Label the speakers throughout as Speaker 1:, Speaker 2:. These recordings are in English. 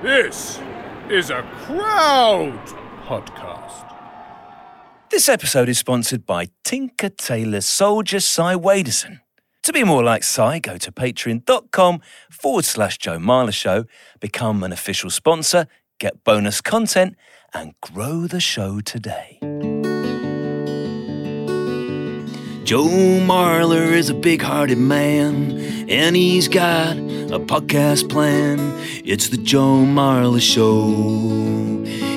Speaker 1: This is a crowd podcast.
Speaker 2: This episode is sponsored by Tinker Tailor Soldier Cy Waderson. To be more like Cy, go to patreon.com forward slash Joe Marler Show, become an official sponsor, get bonus content, and grow the show today.
Speaker 3: Joe Marler is a big hearted man, and he's got a podcast plan. It's the Joe Marler Show.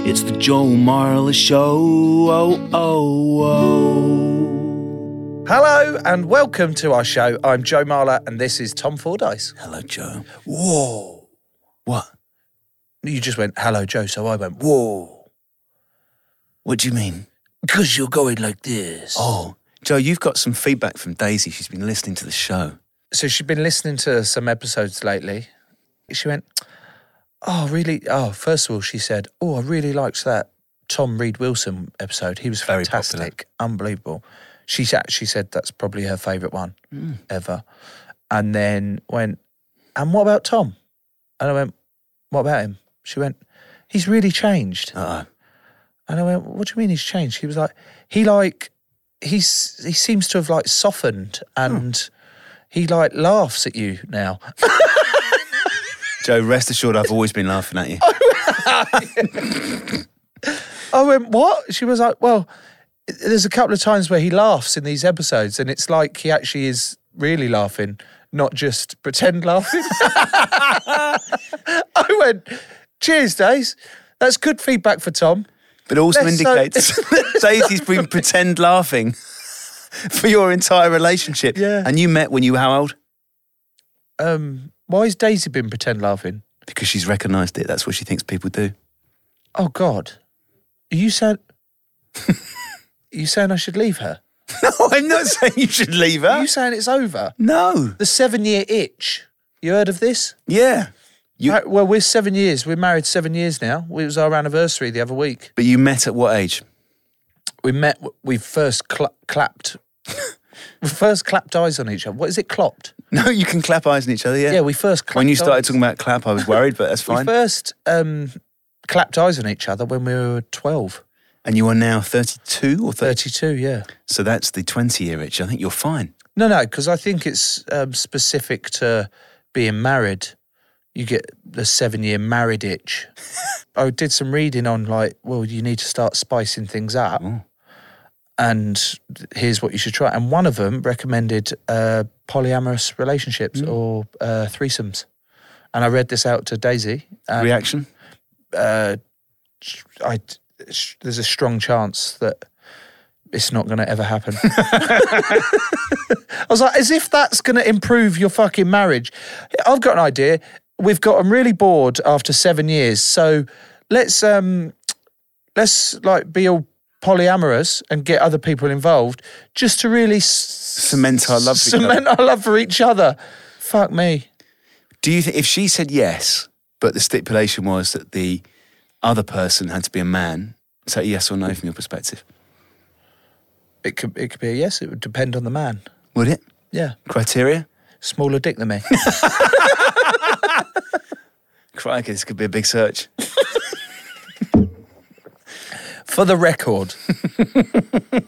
Speaker 3: It's the Joe Marler Show. Oh, oh, oh.
Speaker 4: Hello and welcome to our show. I'm Joe Marler and this is Tom Fordyce.
Speaker 3: Hello, Joe.
Speaker 4: Whoa. What? You just went, hello, Joe. So I went, whoa.
Speaker 3: What do you mean?
Speaker 4: Because you're going like this.
Speaker 3: Oh,
Speaker 4: Oh.
Speaker 3: Joe, you've got some feedback from Daisy. She's been listening to the show.
Speaker 4: So she'd been listening to some episodes lately. She went, oh, really? Oh, first of all, she said, oh, I really liked that Tom Reed Wilson episode. He was
Speaker 3: Very popular.
Speaker 4: fantastic. Unbelievable. She actually said that's probably her favourite one
Speaker 3: Mm.
Speaker 4: ever. And then went, and what about Tom? And I went, what about him? She went, he's really changed.
Speaker 3: Uh oh.
Speaker 4: And I went, "What do you mean he's changed?" He was like, "He like he's he seems to have like softened
Speaker 3: Hmm.
Speaker 4: and he like laughs at you now."
Speaker 3: Joe, rest assured, I've always been laughing at you.
Speaker 4: I went, "What?" She was like, "Well, there's a couple of times where he laughs in these episodes, and it's like he actually is really laughing, not just pretend laughing." I went, "Cheers, Days. That's good feedback for Tom."
Speaker 3: But also
Speaker 4: That's so-
Speaker 3: indicates Daisy's been pretend laughing for your entire relationship.
Speaker 4: Yeah.
Speaker 3: And you met when you were how old?
Speaker 4: Um, why has Daisy been pretend laughing?
Speaker 3: Because she's recognised it. That's what she thinks people do.
Speaker 4: Oh God, you said you saying I should leave her?
Speaker 3: No, I'm not saying you should leave
Speaker 4: Are
Speaker 3: her.
Speaker 4: you saying it's over?
Speaker 3: No.
Speaker 4: The seven-year itch. You heard of this?
Speaker 3: Yeah. You-
Speaker 4: Mar- well, we're seven years. We're married seven years now. It was our anniversary the other week.
Speaker 3: But you met at what age?
Speaker 4: We met. We first cla- clapped. we first clapped eyes on each other. What is it? Clopped?
Speaker 3: No, you can clap eyes on each other. Yeah.
Speaker 4: Yeah, we first. Clapped
Speaker 3: when you started
Speaker 4: eyes.
Speaker 3: talking about clap, I was worried, but that's
Speaker 4: we
Speaker 3: fine.
Speaker 4: first um, clapped eyes on each other when we were twelve.
Speaker 3: And you are now 32 or 30.
Speaker 4: Thirty-two. Yeah.
Speaker 3: So that's the 20 year itch. I think you're fine.
Speaker 4: No, no, because I think it's um, specific to being married. You get the seven year married itch. I did some reading on, like, well, you need to start spicing things up. And here's what you should try. And one of them recommended uh, polyamorous relationships or uh, threesomes. And I read this out to Daisy. And
Speaker 3: Reaction?
Speaker 4: uh, I, sh- there's a strong chance that it's not going to ever happen. I was like, as if that's going to improve your fucking marriage. I've got an idea. We've gotten really bored after seven years, so let's um, let's like be all polyamorous and get other people involved just to really s-
Speaker 3: Cement our love for each other.
Speaker 4: cement our love for each other. Fuck me.
Speaker 3: Do you think if she said yes, but the stipulation was that the other person had to be a man, is that a yes or no from your perspective?
Speaker 4: It could it could be a yes. It would depend on the man.
Speaker 3: Would it?
Speaker 4: Yeah,
Speaker 3: Criteria?
Speaker 4: smaller dick than me.
Speaker 3: Crikey, this could be a big search.
Speaker 4: For the record,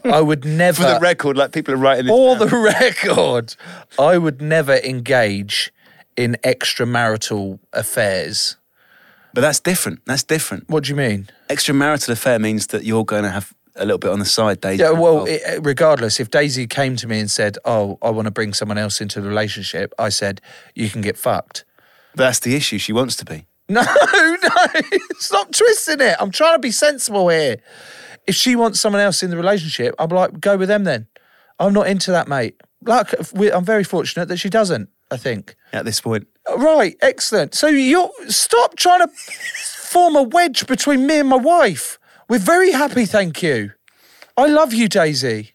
Speaker 4: I would never.
Speaker 3: For the record, like people are writing this.
Speaker 4: for the record, I would never engage in extramarital affairs.
Speaker 3: But that's different. That's different.
Speaker 4: What do you mean?
Speaker 3: Extramarital affair means that you're going to have a little bit on the side, Daisy.
Speaker 4: Yeah, well,
Speaker 3: Oh,
Speaker 4: it- uh, regardless, if Daisy came to me and said, "Oh, I want to bring someone else into the relationship," I said, "You can get fucked."
Speaker 3: but that's the issue. She wants to be.
Speaker 4: No, no, stop twisting it. I'm trying to be sensible here. If she wants someone else in the relationship, I'm like, go with them then. I'm not into that, mate. Like, we- I'm very fortunate that she doesn't. I think.
Speaker 3: at this point.
Speaker 4: Right, excellent. So you stop trying to form a wedge between me and my wife. We're very happy, thank you. I love you, Daisy.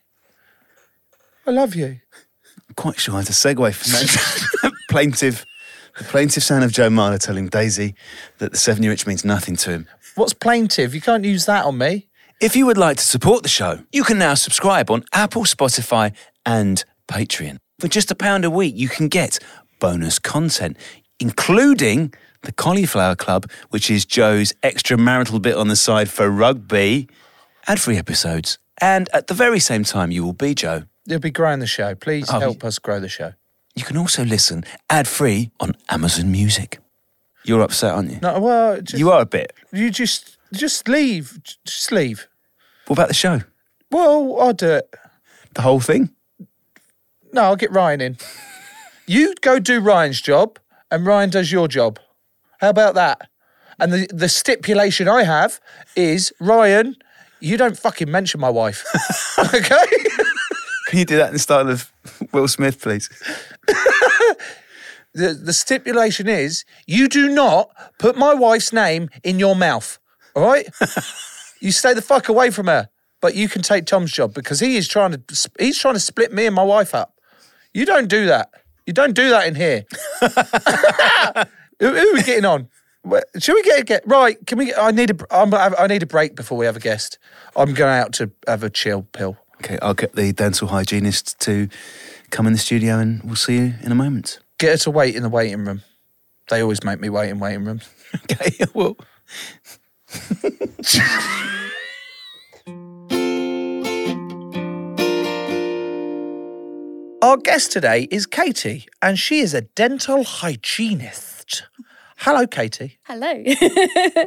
Speaker 4: I love you.
Speaker 3: quite sure how to segue from that plaintive, the plaintive sound of Joe Marler telling Daisy that the seven year itch means nothing to him.
Speaker 4: What's plaintive? You can't use that on me.
Speaker 2: If you would like to support the show, you can now subscribe on Apple, Spotify, and Patreon. For just a pound a week, you can get bonus content, including the Cauliflower Club, which is Joe's extramarital bit on the side for rugby, ad free episodes. And at the very same time, you will be Joe.
Speaker 4: You'll be growing the show. Please
Speaker 2: Oh,
Speaker 4: help us grow the show.
Speaker 2: You can also listen ad free on Amazon Music. You're upset, aren't you?
Speaker 4: No, well, just,
Speaker 2: You are a bit.
Speaker 4: you just just leave. J- Just leave.
Speaker 2: What about the show?
Speaker 4: Well, I'll do it.
Speaker 2: The whole thing?
Speaker 4: No, I'll get Ryan in. you go do Ryan's job, and Ryan does your job. How about that? And the, the stipulation I have is Ryan, you don't fucking mention my wife. okay?
Speaker 3: Can you do that in the style of Will Smith, please?
Speaker 4: the, the stipulation is you do not put my wife's name in your mouth. All right? you stay the fuck away from her. But you can take Tom's job because he is trying to sp- he's trying to split me and my wife up. You don't do that. You don't do that in here. who, who are we getting on? Wh- Should we get a get right? Can we? get- I need a. br- I'm, I I need a break before we have a guest. I'm going out to have a chill pill.
Speaker 3: Okay, I'll get the dental hygienist to come in the studio and we'll see you in a moment.
Speaker 4: Get her to wait in the waiting room. They always make me wait in waiting rooms.
Speaker 3: Okay, well.
Speaker 4: Our guest today is Katie, and she is a dental hygienist. Hello, Katie.
Speaker 5: Hello.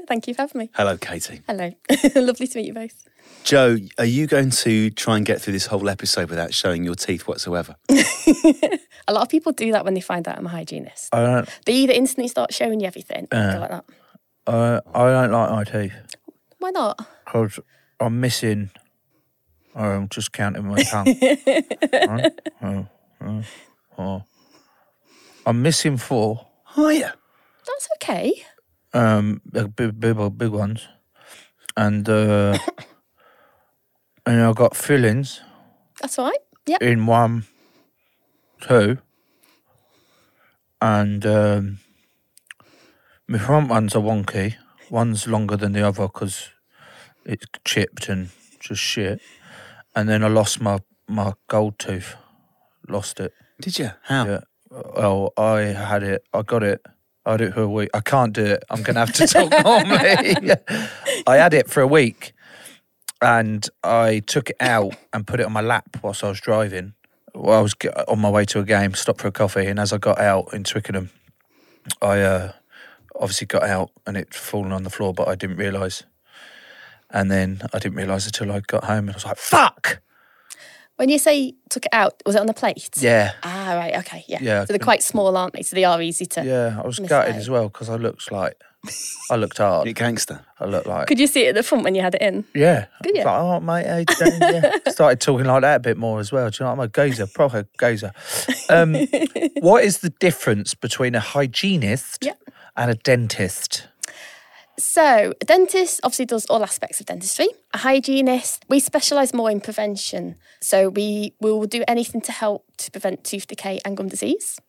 Speaker 5: Thank you for having me.
Speaker 3: Hello, Katie.
Speaker 5: Hello. Lovely to meet you both.
Speaker 3: Joe, are you going to try and get through this whole episode without showing your teeth whatsoever?
Speaker 5: A lot of people do that when they find out I'm a hygienist.
Speaker 4: I don't.
Speaker 5: They either instantly start showing you everything or
Speaker 4: Uh.
Speaker 5: go like that.
Speaker 4: I, I don't like my teeth
Speaker 5: Why not?
Speaker 4: because I'm missing. oh, I'm just counting my tongue. Right? Oh, oh, oh. I'm missing four.
Speaker 3: Hiya.
Speaker 5: That's okay.
Speaker 4: um like big big big- big ones and uh and i got fillings
Speaker 5: That's all right. Yep.
Speaker 4: in one two and um my front ones are wonky one's longer than the other because it's chipped and just shit and then i lost my my gold tooth lost it
Speaker 3: Did you? How?
Speaker 4: yeah. Oh, I had it. I got it. I had it for a week. I can't do it. I'm going to have to talk normally. I had it for a week and I took it out and put it on my lap whilst I was driving. Well, I was g- on my way to a game, stopped for a coffee. And as I got out in Twickenham, I uh, obviously got out and it fallen on the floor, but I didn't realise. And then I didn't realise until I got home and I was like, fuck!
Speaker 5: When you say took it out, was it on the plate?
Speaker 4: Yeah.
Speaker 5: Ah, right. Okay. Yeah.
Speaker 4: Yeah, I
Speaker 5: So they're quite small, aren't they? So they are easy to.
Speaker 4: Yeah, I was
Speaker 5: Miss
Speaker 4: gutted
Speaker 5: A.
Speaker 4: as well because I looked like I looked hard.
Speaker 3: Bit gangster.
Speaker 4: I looked like
Speaker 5: Could you see it at the front when you had it in?
Speaker 4: yeah.
Speaker 5: Could
Speaker 4: I was
Speaker 5: ya?
Speaker 4: like, oh mate, how you doing?" yeah. Started talking like that a bit more as well. Do you know what I'm a gazer, proper gazer. Um, what is the difference between a hygienist
Speaker 5: Yeah.
Speaker 4: and a dentist?
Speaker 5: So, a dentist obviously does all aspects of dentistry. A hygienist, we specialise more in prevention. So, we will do anything to help to prevent tooth decay and gum disease.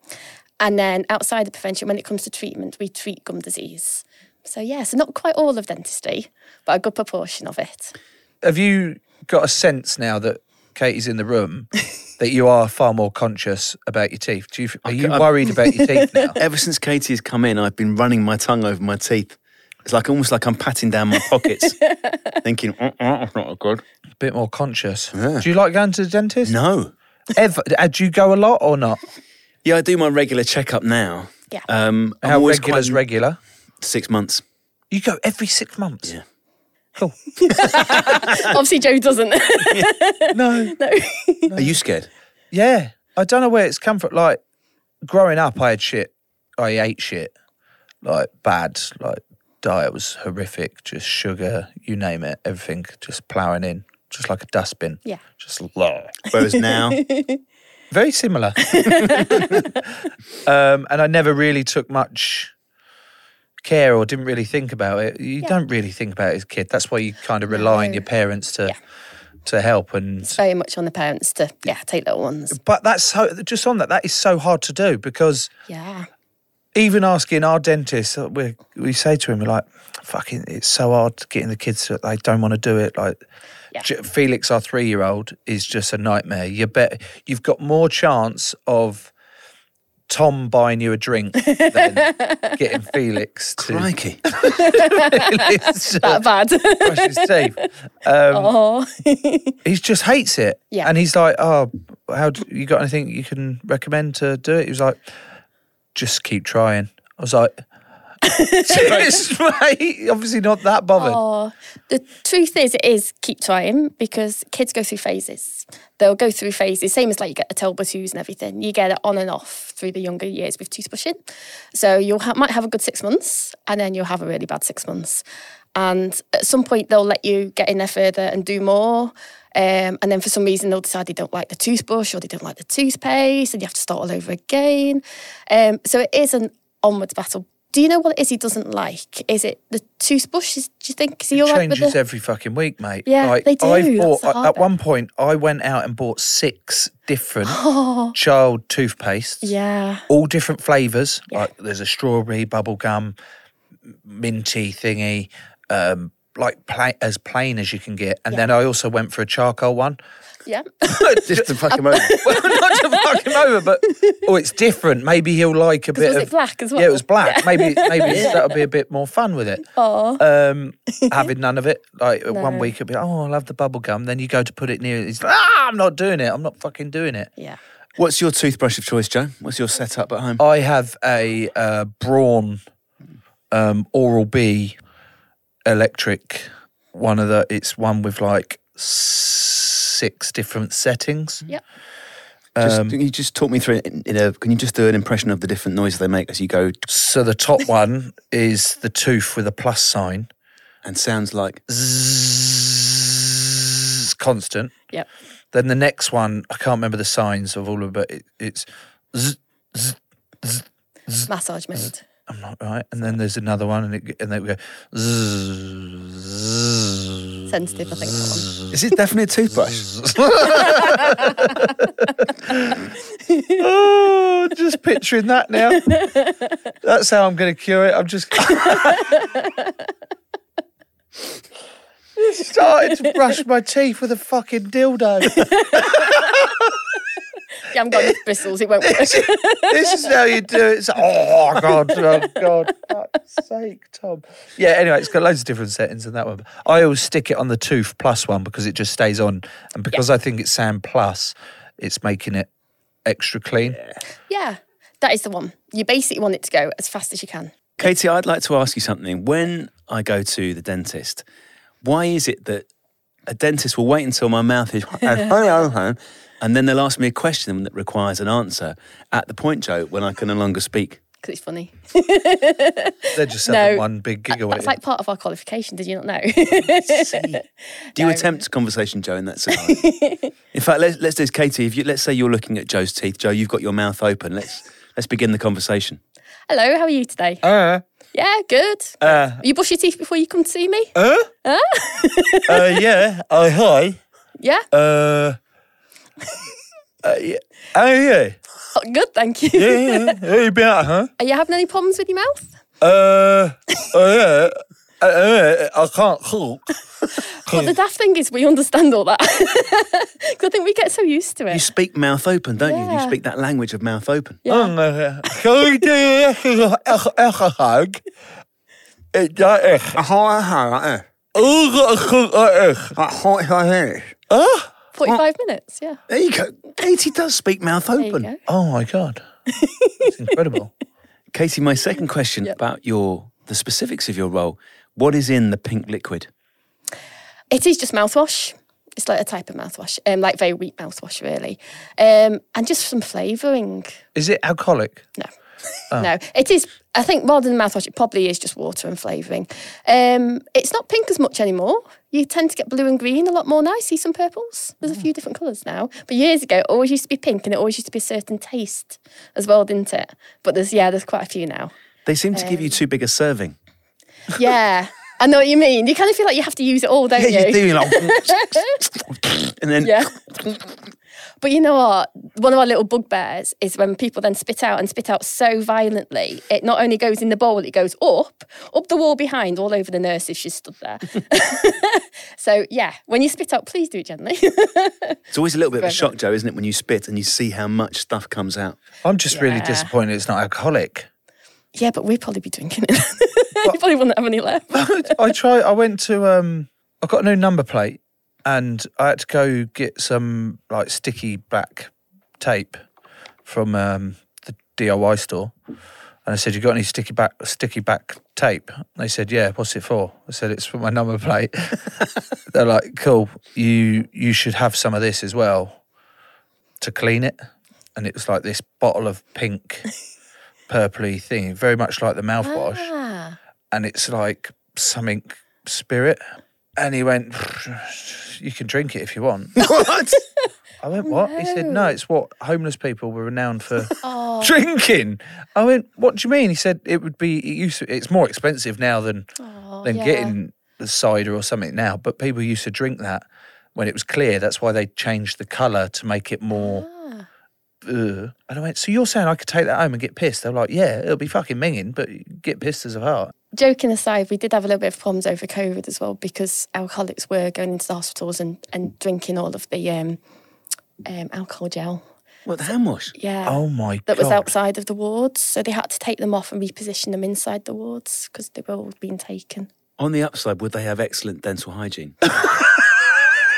Speaker 5: And then, outside of prevention, when it comes to treatment, we treat gum disease. So, yeah, so not quite all of dentistry, but a good proportion of it.
Speaker 4: Have you got a sense now that Katie's in the room that you are far more conscious about your teeth? Do you f- are you
Speaker 3: I'm-
Speaker 4: worried about your teeth now?
Speaker 3: Ever since Katie has come in, I've been running my tongue over my teeth. It's like almost like I'm patting down my pockets, thinking, "Mm, mm, that's not good.
Speaker 4: A bit more conscious. Do you like going to the dentist?
Speaker 3: No.
Speaker 4: Ever? uh, Do you go a lot or not?
Speaker 3: Yeah, I do my regular checkup now.
Speaker 5: Yeah.
Speaker 3: Um, I'm
Speaker 4: How
Speaker 3: always
Speaker 4: regular is
Speaker 3: quite-
Speaker 4: regular?
Speaker 3: Six months.
Speaker 4: You go every six months.
Speaker 3: Yeah.
Speaker 4: Cool.
Speaker 5: obviously, Joe doesn't.
Speaker 4: no.
Speaker 3: Are you scared?
Speaker 4: Yeah. I don't know where it's come from. Like growing up, I had shit. I ate shit. Like bad. Like diet was horrific. Just sugar, you name it, everything just ploughing in, just like a dustbin.
Speaker 5: yeah.
Speaker 4: Just blah.
Speaker 3: Whereas now,
Speaker 4: Very similar. um, and I never really took much care or didn't really think about it. You don't really think about it as a kid. That's why you kind of rely on your parents to to help and
Speaker 5: It's very much on the parents to yeah take little ones.
Speaker 4: but that's so just on that that is so hard to do because
Speaker 5: Yeah,
Speaker 4: even asking our dentist, uh, we we say to him, we're like, fucking, it's so hard getting the kids that they don't want to do it. Like, J- Felix, our three year old, is just a nightmare. You bet you've got more chance of Tom buying you a drink than getting Felix to
Speaker 3: Crikey.
Speaker 4: Felix to
Speaker 5: that bad.
Speaker 4: brush his teeth. Um,
Speaker 5: oh,
Speaker 4: he just hates it.
Speaker 5: Yeah.
Speaker 4: And he's like, oh, how do, you got anything you can recommend to do it? He was like, just keep trying. I was like, serious, mate. Obviously not that bothered.
Speaker 5: oh. The truth is, it is keep trying because kids go through phases. They'll go through phases, same as like you get the Talbot twos and everything. You get it on and off through the younger years with toothbrushing. So you ha- might have a good six months, and then you'll have a really bad six months. And at some point, they'll let you get in there further and do more. Um, and then for some reason, they'll decide they don't like the toothbrush or they don't like the toothpaste, and you have to start all over again. Um, so it is an onwards battle. Do you know what it is he doesn't like? Is it the toothbrush? Is, do you think is he all right with
Speaker 4: Changes
Speaker 5: the?
Speaker 4: every fucking week, mate.
Speaker 5: Yeah,
Speaker 4: like,
Speaker 5: they do.
Speaker 4: I bought,
Speaker 5: That's the hard
Speaker 4: at
Speaker 5: bit.
Speaker 4: one point, I went out and bought six different child toothpastes.
Speaker 5: Oh. Yeah,
Speaker 4: all different flavors. Like there's a strawberry, bubblegum, minty thingy, um, like pla as plain as you can get. And then I also went for a charcoal one.
Speaker 5: yeah.
Speaker 3: Just to fuck him over.
Speaker 4: well, not to fuck him over, but oh, it's different. Maybe he'll like a bit
Speaker 5: was
Speaker 4: of
Speaker 5: it black as
Speaker 4: Yeah, it
Speaker 5: well?
Speaker 4: was black. Maybe maybe that'll be a bit more fun with it.
Speaker 5: Aw.
Speaker 4: Um, having none of it, like one
Speaker 5: No.
Speaker 4: week it'll be like, oh, I'll have the bubble gum. Then you go to put it near it. It's like, ah, I'm not doing it. I'm not fucking doing it.
Speaker 5: yeah.
Speaker 3: What's your toothbrush of choice, Joe? What's your setup at home?
Speaker 4: I have a uh, Braun um, Oral B electric one of the. It's one with like six different settings.
Speaker 5: Yep.
Speaker 3: Just, can you just talk me through it in, in a? Can you just do an impression of the different noises they make as you go
Speaker 4: So the top one is the tooth with a plus sign.
Speaker 3: and sounds like?
Speaker 4: It's constant.
Speaker 5: Yep.
Speaker 4: Then the next one, I can't remember the signs of all of it, but it, it's zzz, zzz,
Speaker 5: Massage mode.
Speaker 4: I'm not right. And then there's another one, and it, and then we go zzz,
Speaker 5: Sensitive, I think. That one.
Speaker 3: Is it definitely a toothbrush?
Speaker 4: oh, just picturing that now. That's how I'm going to cure it. I'm just. Started to brush my teeth with a fucking dildo.
Speaker 5: Yeah, I'm going with bristles. It won't work.
Speaker 4: this is how you do it. It's oh god, oh god, fuck's sake, Tom. Yeah. Anyway, it's got loads of different settings in that one. I always stick it on the tooth plus one because it just stays on, and because I think it's sand plus, it's making it extra clean.
Speaker 5: yeah, that is the one. You basically want it to go as fast as you can.
Speaker 3: Katie, I'd like to ask you something. When I go to the dentist, why is it that a dentist will wait until my mouth is and then they'll ask me a question that requires an answer at the point, Joe, when I can no longer speak?
Speaker 5: Because it's funny.
Speaker 4: They're just having
Speaker 5: No,
Speaker 4: one big giggle. at
Speaker 5: That's
Speaker 4: you.
Speaker 5: like part of our qualification. Did you not know?
Speaker 3: Do you attempt conversation, Joe, in that scenario? in fact, let's, let's do this, Katie. If you, let's say you're looking at Joe's teeth, Joe, you've got your mouth open. Let's let's begin the conversation.
Speaker 5: Hello, how are you today?
Speaker 4: Uh,
Speaker 5: yeah, good.
Speaker 4: uh,
Speaker 5: you brush your teeth before you come to see me?
Speaker 4: uh, yeah. Oh, hi.
Speaker 5: yeah,
Speaker 4: Uh, uh, yeah. Oh, yeah.
Speaker 5: Oh, good, thank you.
Speaker 4: Yeah, yeah. yeah. you been out, huh?
Speaker 5: Are you having any problems with your mouth?
Speaker 4: Uh, oh, yeah. Uh, uh, I can't cook.
Speaker 5: Well, the daft thing is we understand all that. 'Cause I think we get so used to
Speaker 3: You
Speaker 5: it.
Speaker 3: speak mouth open, don't you? You
Speaker 5: Yeah.
Speaker 3: speak that language of mouth open.
Speaker 4: Um, uh, Can we do an hug? It's like this. Oh, you gotta cook like this. Huh?
Speaker 5: 45
Speaker 4: Uh.
Speaker 5: minutes, yeah.
Speaker 3: There you go. Katie does speak mouth
Speaker 5: There you
Speaker 3: open.
Speaker 5: go.
Speaker 4: Oh my god, it's incredible.
Speaker 3: Katie, my second question about your the specifics of your role. What is in the pink liquid?
Speaker 5: It is just mouthwash. It's like a type of mouthwash, um, like very weak mouthwash, really. Um, and just some flavouring.
Speaker 4: Is it alcoholic?
Speaker 5: No.
Speaker 3: Oh.
Speaker 5: No, it is. I think modern mouthwash it probably is just water and flavouring. Um, it's not pink as much anymore. You tend to get blue and green a lot more now. See some purples. There's a
Speaker 3: Mm.
Speaker 5: few different colours now. But years ago, it always used to be pink, and it always used to be a certain taste as well, didn't it? But there's yeah, there's quite a few now.
Speaker 3: They seem to give
Speaker 5: Um,
Speaker 3: you too big a serving.
Speaker 5: Yeah, I know what you mean. You kind of feel like you have to use it all, don't
Speaker 3: Yeah, you
Speaker 5: you?
Speaker 3: do. You're like, and then
Speaker 5: Yeah. but you know what? One of our little bugbears is when people then spit out and spit out so violently, it not only goes in the bowl, it goes up, up the wall behind, all over the nurse if she's stood there. so yeah, when you spit out, please do it gently.
Speaker 3: it's always a little bit of a shock, Joe, isn't it, when you spit and you see how much stuff comes out?
Speaker 4: I'm just really
Speaker 5: Yeah.
Speaker 4: disappointed it's not alcoholic.
Speaker 5: yeah, but we'd probably be drinking it. you probably wouldn't have any left.
Speaker 4: I try. I went to. Um, I got a new number plate, and I had to go get some like sticky black tape from um, the DIY store. And I said, "You got any sticky back sticky back tape?" And they said, "Yeah." What's it for? I said, "It's for my number plate." They're like, "Cool. You you should have some of this as well to clean it." And it was like this bottle of pink, purpley thing, very much like the mouthwash
Speaker 5: Ah,
Speaker 4: and it's like something spirit. And he went, You can drink it if you want.
Speaker 3: What?
Speaker 4: I went, What? He said, No, it's what homeless people were renowned for drinking. I went, What do you mean? He said, It would be, it used to- it's more expensive now than, than
Speaker 5: yeah.
Speaker 4: getting the cider or something now, but people used to drink that when it was clear. That's why they changed the colour to make it more. Ugh. And I went, So you're saying I could take that home and get pissed? They were like, Yeah, it'll be fucking minging, but get pissed as a heart.
Speaker 5: joking aside, we did have a little bit of problems over COVID as well because alcoholics were going into the hospitals and, and drinking all of the um, um, alcohol gel.
Speaker 3: What, the hand wash?
Speaker 5: Yeah.
Speaker 4: Oh my
Speaker 5: that
Speaker 4: God.
Speaker 5: was outside of the wards. So they had to take them off and reposition them inside the wards because they were all being taken.
Speaker 3: On the upside, would they have excellent dental hygiene?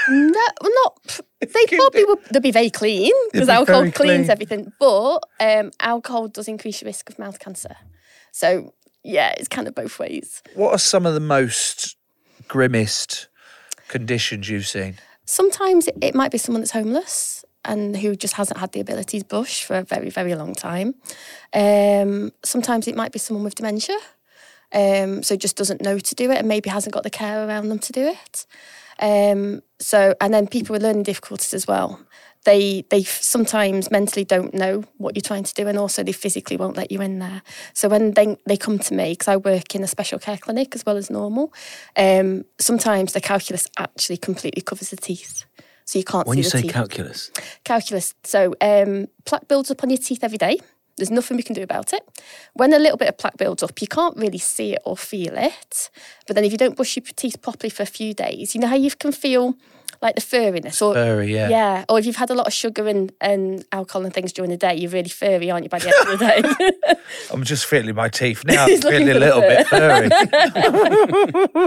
Speaker 5: No, well, not. They probably would. They'd be very clean because alcohol
Speaker 4: very
Speaker 5: cleans
Speaker 4: clean.
Speaker 5: everything. But um, alcohol does increase your risk of mouth cancer. So yeah, it's kind of both ways.
Speaker 4: What are some of the most grimmest conditions you've seen?
Speaker 5: sometimes it- it might be someone that's homeless and who just hasn't had the ability to brush for a very, very long time. Um, sometimes it might be someone with dementia, um, so just doesn't know to do it and maybe hasn't got the care around them to do it. Um, so, and then people with learning difficulties as well. They they f- sometimes mentally don't know what you're trying to do, and also they physically won't let you in there. So when they they come to me because I work in a special care clinic as well as normal, um, sometimes the calculus actually completely covers the teeth, so you can't
Speaker 3: When
Speaker 5: see
Speaker 3: you
Speaker 5: the
Speaker 3: say
Speaker 5: teeth
Speaker 3: calculus,
Speaker 5: calculus. So um, plaque builds up on your teeth every day. There's nothing we can do about it. When a little bit of plaque builds up, you can't really see it or feel it. But then if you don't brush your teeth properly for a few days, you know how you can feel like the furriness or
Speaker 4: Furry, yeah.
Speaker 5: yeah, or if you've had a lot of sugar and, and alcohol and things during the day, you're really furry, aren't you, by the end of the day?
Speaker 4: I'm just feeling my teeth now.
Speaker 5: He's
Speaker 4: feeling
Speaker 5: looking
Speaker 4: a little
Speaker 5: for
Speaker 4: bit furry.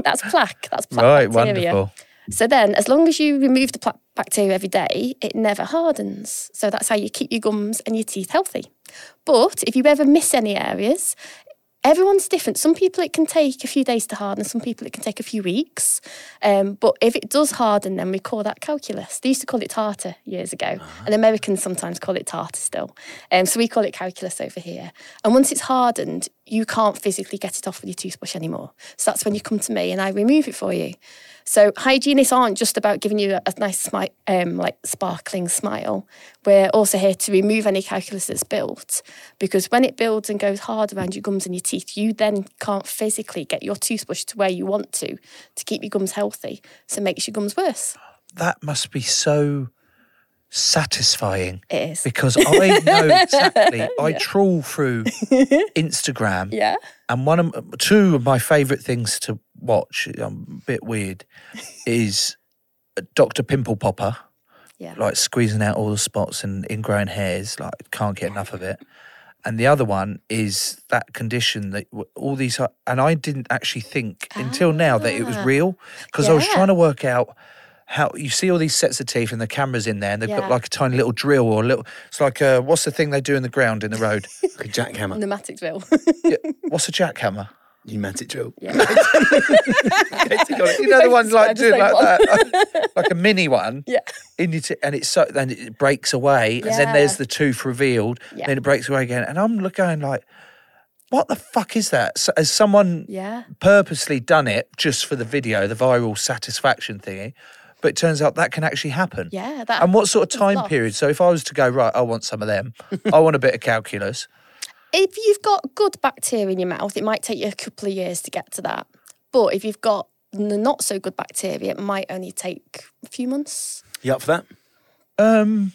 Speaker 5: That's plaque. That's plaque.
Speaker 4: right,
Speaker 5: bacteria.
Speaker 4: wonderful.
Speaker 5: So then, as long as you remove the plaque bacteria every day, it never hardens. So that's how you keep your gums and your teeth healthy. But if you ever miss any areas, everyone's different. Some people it can take a few days to harden, some people it can take a few weeks. Um, but if it does harden, then we call that calculus. They used to call it tartar years ago, and Americans sometimes call it tartar still. Um, so we call it calculus over here. And once it's hardened, you can't physically get it off with your toothbrush anymore. So that's when you come to me and I remove it for you. So hygienists aren't just about giving you a, a nice, smi- um, like sparkling smile. We're also here to remove any calculus that's built because when it builds and goes hard around your gums and your teeth, you then can't physically get your toothbrush to where you want to to keep your gums healthy. So it makes your gums worse.
Speaker 4: That must be so satisfying
Speaker 5: It is.
Speaker 4: because I know exactly. I trawl through Instagram
Speaker 5: Yeah.
Speaker 4: And one of m- two of my favourite things to watch, um, a bit weird, is uh, Doctor Pimple Popper.
Speaker 5: Yeah.
Speaker 4: Like squeezing out all the spots and ingrown hairs, like can't get enough of it. And the other one is that condition that w- all these are, and I didn't actually think until now that it was
Speaker 5: Ah.
Speaker 4: real because I was
Speaker 5: Yeah.
Speaker 4: trying to work out how you see all these sets of teeth and the cameras in there and they've
Speaker 5: Yeah.
Speaker 4: got like a tiny little drill or a little, it's like uh, a, what's the thing they do in the ground in the road?
Speaker 3: like a jackhammer.
Speaker 5: Pneumatics will.
Speaker 4: What's a jackhammer?
Speaker 3: You meant it, Joe.
Speaker 5: Yeah.
Speaker 4: you know the
Speaker 5: both
Speaker 4: ones like
Speaker 5: described the
Speaker 4: doing like
Speaker 5: same
Speaker 4: that, like, like a mini one.
Speaker 5: Yeah.
Speaker 4: In your t- and it's so then it breaks away, and then there's
Speaker 5: Yeah.
Speaker 4: the tooth revealed.
Speaker 5: Yeah.
Speaker 4: Then it breaks away again, and I'm look- going like, what the fuck is that? So, has someone
Speaker 5: yeah.
Speaker 4: purposely done it just for the video, the viral satisfaction thingy? But it turns out that can actually happen.
Speaker 5: Yeah. That,
Speaker 4: And what sort of
Speaker 5: there's
Speaker 4: time
Speaker 5: lots.
Speaker 4: period? So if I was to go right, I want some of them. I want a bit of calculus.
Speaker 5: If you've got good bacteria in your mouth, it might take you a couple of years to get to that. But if you've got n- not so good bacteria, it might only take a few months.
Speaker 3: You up for that?
Speaker 4: Um,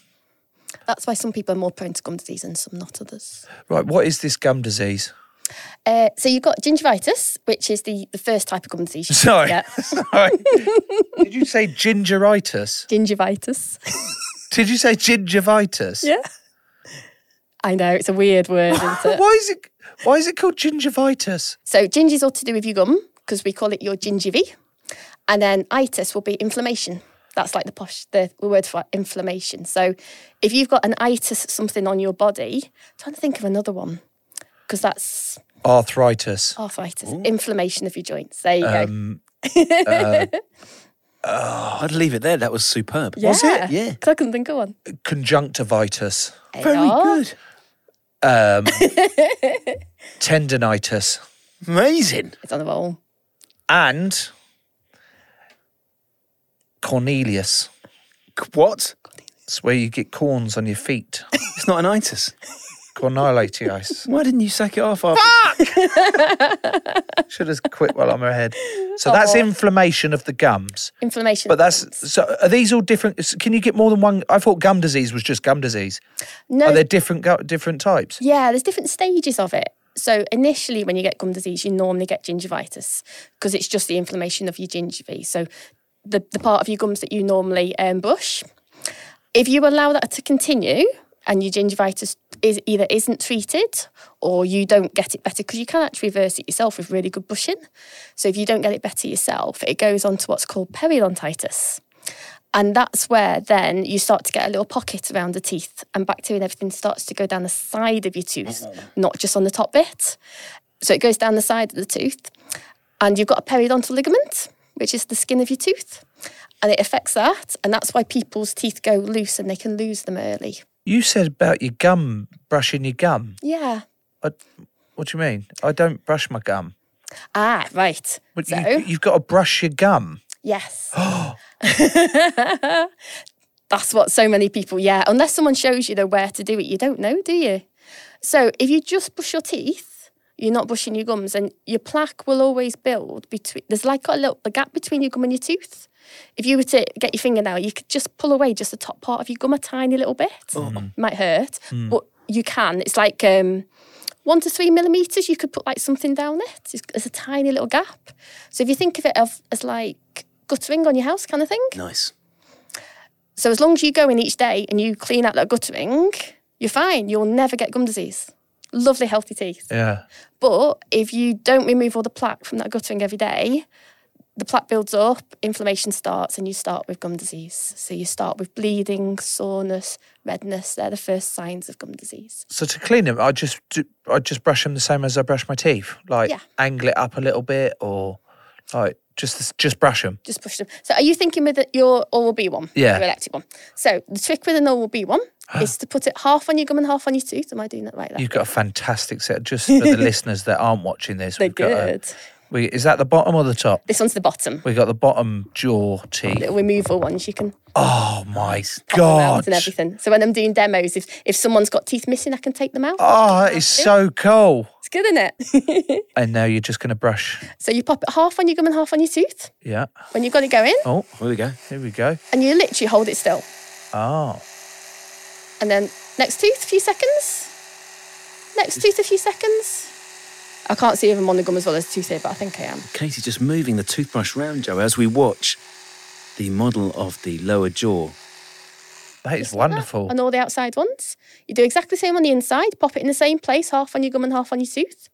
Speaker 5: That's why some people are more prone to gum disease and some not others.
Speaker 4: right, what is this gum disease?
Speaker 5: Uh, so you've got gingivitis, which is the, the first type of gum disease. you
Speaker 4: Sorry.
Speaker 5: get.
Speaker 4: Sorry. Did you say gingeritis?
Speaker 5: Gingivitis.
Speaker 4: Did you say gingivitis?
Speaker 5: Yeah. I know, it's a weird word, isn't it?
Speaker 4: Why is it? Why is it called gingivitis?
Speaker 5: So gingi's all to do with your gum because we call it your gingivi, and then itis will be inflammation. That's like the posh the word for inflammation. So if you've got an itis something on your body, I'm trying to think of another one because that's
Speaker 4: Arthritis.
Speaker 5: arthritis, inflammation of your joints. There you
Speaker 3: Um, I'd leave it there. That was superb.
Speaker 5: go.
Speaker 3: Was
Speaker 5: yeah.
Speaker 3: it? Yeah.
Speaker 5: 'Cause I couldn't think of one.
Speaker 4: Conjunctivitis.
Speaker 5: There you
Speaker 3: Very
Speaker 5: are.
Speaker 3: good.
Speaker 4: Um, tendonitis.
Speaker 3: Amazing.
Speaker 5: It's on the roll.
Speaker 4: And Cornelius.
Speaker 3: C- What?
Speaker 4: It's where you get corns on your feet.
Speaker 3: It's not an itis.
Speaker 4: Cornilatitis.
Speaker 3: Why didn't you sack it off after?
Speaker 5: Ah!
Speaker 4: Should have quit while I'm ahead. So that's inflammation of the gums.
Speaker 5: Inflammation.
Speaker 4: But
Speaker 5: of joints.
Speaker 4: that's so. Are these all different? s- Can you get more than one? I thought gum disease was just gum disease.
Speaker 5: no.
Speaker 4: Are there different gu- different types?
Speaker 5: Yeah, there's different stages of it. So initially, when you get gum disease, you normally get gingivitis because it's just the inflammation of your gingiva. So the, the part of your gums that you normally um, brush. If you allow that to continue and your gingivitis is either isn't treated or you don't get it better because you can actually reverse it yourself with really good brushing. So if you don't get it better yourself, it goes on to what's called periodontitis. And that's where then you start to get a little pocket around the teeth and bacteria and everything starts to go down the side of your tooth, not just on the top bit. So it goes down the side of the tooth. And you've got a periodontal ligament, which is the skin of your tooth. And it affects that. And that's why people's teeth go loose and they can lose them early.
Speaker 4: You said about your gum brushing your gum.
Speaker 5: Yeah.
Speaker 4: What do you mean? I don't brush my gum.
Speaker 5: Ah, right.
Speaker 4: But
Speaker 5: so,
Speaker 4: you, you've got to brush your gum.
Speaker 5: yes. That's what so many people, yeah. Unless someone shows you the where to do it, you don't know, do you? So if you just brush your teeth, you're not brushing your gums, and your plaque will always build between. There's like a little a gap between your gum and your tooth. If you were to get your finger now, you could just pull away just the top part of your gum a tiny little bit. Might hurt, but you can. It's like um, one to three millimeters. You could put like something down it. It's- There's a tiny little gap. So if you think of it of, as like guttering on your house, kind of thing.
Speaker 3: Nice.
Speaker 5: So as long as you go in each day and you clean out that guttering, you're fine. You'll never get gum disease. Lovely healthy teeth.
Speaker 4: Yeah.
Speaker 5: But if you don't remove all the plaque from that guttering every day, the plaque builds up, inflammation starts, and you start with gum disease. So you start with bleeding, soreness, redness. They're the first signs of gum disease.
Speaker 4: So to clean them, I just do, I just brush them the same as I brush my teeth. Like
Speaker 5: Yeah.
Speaker 4: angle it up a little bit, or like just just brush them.
Speaker 5: Just push them. So are you thinking with your oral B one?
Speaker 4: Yeah. Ah.
Speaker 5: Your elective one. So the trick with an oral B one is to put it half on your gum and half on your tooth. Am I doing that right there?
Speaker 4: You've got a fantastic set. Just for the listeners that aren't watching this,
Speaker 5: They're
Speaker 4: we've got a-
Speaker 5: good.
Speaker 4: we, is that the bottom or the top?
Speaker 5: This one's the bottom.
Speaker 4: We got the bottom jaw teeth.
Speaker 5: Little removal ones you can
Speaker 4: Oh my
Speaker 5: them out
Speaker 4: god!
Speaker 5: and everything. So when I'm doing demos, if if someone's got teeth missing, I can take them out.
Speaker 4: Oh, that is so cool.
Speaker 5: It's good, isn't it?
Speaker 4: And now you're just going to brush.
Speaker 5: so you pop it half on your gum and half on your tooth
Speaker 4: Yeah.
Speaker 5: when you've got it going,
Speaker 4: Oh,
Speaker 3: There we go.
Speaker 4: here we go.
Speaker 5: and you literally hold it still.
Speaker 4: Oh,
Speaker 5: And then next tooth, a few seconds. Next tooth, a few seconds. I can't see if I'm on the gum as well as tooth here, but I think I am.
Speaker 3: Katie just moving the toothbrush round, Joe, as we watch the model of the lower jaw.
Speaker 4: that is
Speaker 5: like that,
Speaker 4: wonderful.
Speaker 5: on all the outside ones. You do exactly the same on the inside, pop it in the same place, half on your gum and half on your tooth.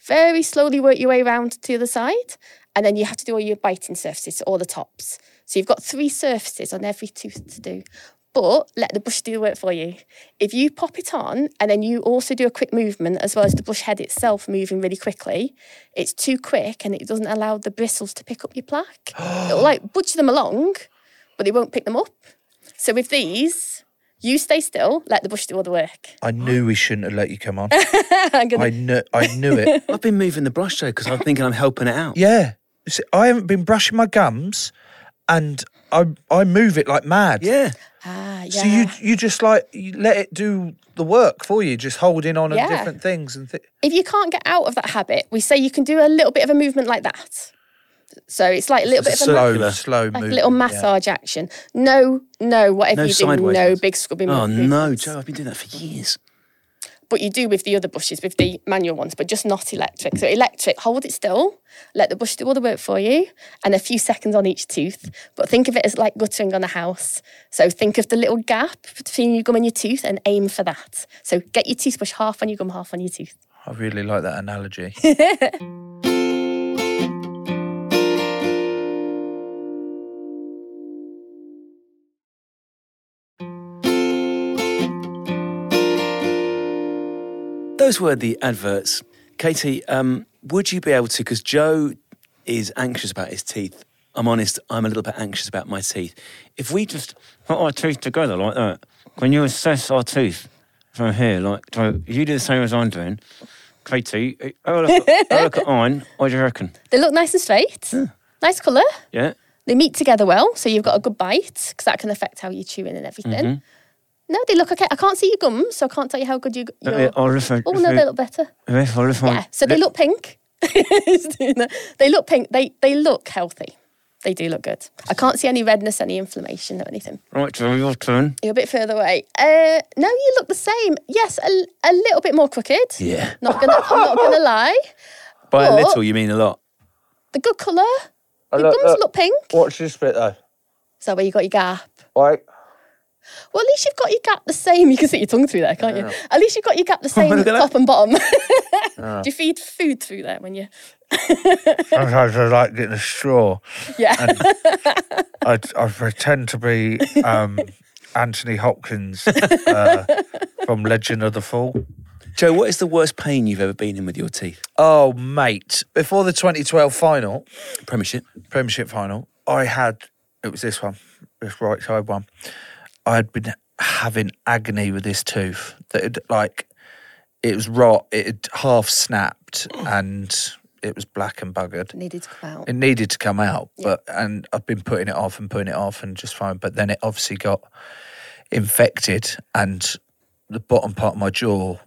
Speaker 5: Very slowly work your way round to the other side. And then you have to do all your biting surfaces, all the tops. So you've got three surfaces on every tooth to do. but let the brush do the work for you. If you pop it on and then you also do a quick movement as well as the brush head itself moving really quickly, it's too quick and it doesn't allow the bristles to pick up your plaque. It'll like budge them along, but it won't pick them up. So with these, you stay still, let the brush do all the work.
Speaker 4: I knew we shouldn't have let you come on.
Speaker 5: I'm gonna-
Speaker 4: I knew, I knew it.
Speaker 3: I've been moving the brush though because I'm thinking I'm helping it out.
Speaker 4: Yeah. You see, I haven't been brushing my gums and I I move it like mad.
Speaker 3: Yeah.
Speaker 5: ah, yeah.
Speaker 4: So you you just like you let it do the work for you, just holding on
Speaker 5: Yeah.
Speaker 4: to different things and thi-
Speaker 5: if you can't get out of that habit, we say you can do a little bit of a movement like that. So it's like a little bit of a, ma-
Speaker 4: slow slow
Speaker 5: like a
Speaker 4: movement.
Speaker 5: little
Speaker 4: yeah.
Speaker 5: massage action. No, no, whatever
Speaker 3: No
Speaker 5: you do,
Speaker 3: sideways
Speaker 5: no
Speaker 3: ones.
Speaker 5: big scrubbing.
Speaker 3: Oh no,
Speaker 5: movements.
Speaker 3: Joe, I've been doing that for years.
Speaker 5: But you do with the other brushes, with the manual ones, but just not electric. So electric, hold it still, let the brush do all the work for you, and a few seconds on each tooth. But think of it as like guttering on a house. So think of the little gap between your gum and your tooth and aim for that. So get your toothbrush half on your gum, half on your tooth.
Speaker 4: I really like that analogy.
Speaker 3: Those were the adverts. Katie, um, would you be able to? Because Joe is anxious about his teeth. I'm honest, I'm a little bit anxious about my teeth. If we just put our teeth together like that, when you assess our teeth from here, like, so you do the same as I'm doing. Katie, oh, look, oh, look at mine. What do you reckon?
Speaker 5: They look nice and straight, nice colour.
Speaker 3: Yeah?
Speaker 5: They meet together well, so you've got a good bite because that can affect how you're chewing and everything. No, they look okay. I can't see your gums, so I can't tell you how good you.
Speaker 3: Mm-hmm. Uh,
Speaker 5: Your...
Speaker 3: Or if I,
Speaker 5: Oh
Speaker 3: if
Speaker 5: no,
Speaker 3: I-
Speaker 5: they look better.
Speaker 3: if I- if I-
Speaker 5: Yeah, so they look pink. they look pink. They they look healthy. They do look good. I can't see any redness, any inflammation, or anything.
Speaker 3: Right, Joe, your turn.
Speaker 5: You're a bit further away. Uh, no, you look the same. Yes, a, l- a little bit more crooked.
Speaker 3: Yeah.
Speaker 5: Not gonna. I'm not gonna lie.
Speaker 3: By a
Speaker 5: But-
Speaker 3: little, you mean a lot.
Speaker 5: The good colour. The
Speaker 4: look,
Speaker 5: gums
Speaker 3: uh,
Speaker 4: look.
Speaker 5: look pink.
Speaker 4: Watch this bit though.
Speaker 5: Is that where you got your gap?
Speaker 4: Right.
Speaker 5: Well, at least you've got your gap the same. You can see your tongue through there, can't you? At least you've got your gap the same
Speaker 3: Look at that. Ah.
Speaker 5: top and bottom. Do you feed food through there when you?
Speaker 4: Sometimes I like getting a straw.
Speaker 5: Yeah.
Speaker 4: I, I pretend to be um, Anthony Hopkins uh, from Legend of the Fall.
Speaker 3: Joe, what is the worst pain you've ever been in with your teeth?
Speaker 4: Oh, mate. Before the 2012 final,
Speaker 3: Premiership.
Speaker 4: Premiership final, I had, it was this one, this right side one. I had been having agony with this tooth that, had, like, it was rot, it had half snapped, and it was black and buggered.
Speaker 5: Needed to come out.
Speaker 4: it needed to come out but and i've been putting it off and putting it off and just fine but then it obviously got infected and the bottom part of my jaw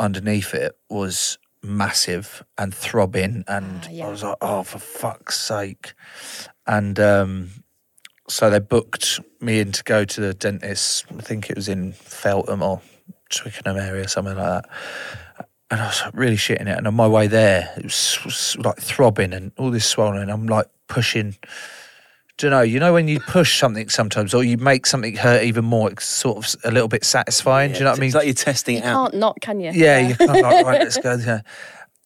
Speaker 4: underneath it was massive and throbbing and
Speaker 5: Ah, yeah.
Speaker 4: i was like oh for fuck's sake and um so they booked me in to go to the dentist i think it was in feltham or twickenham area something like that and I was like, really shitting it. And on my way there, it was, was like throbbing and all this swelling. I'm like pushing. Don't know. You know when you push something sometimes, or you make something hurt even more. It's sort of s- a little bit satisfying. Do you know what I mean?
Speaker 3: It's like you're testing it out.
Speaker 5: Can't not, can you?
Speaker 4: yeah, you're kind of like, right, let's go. There.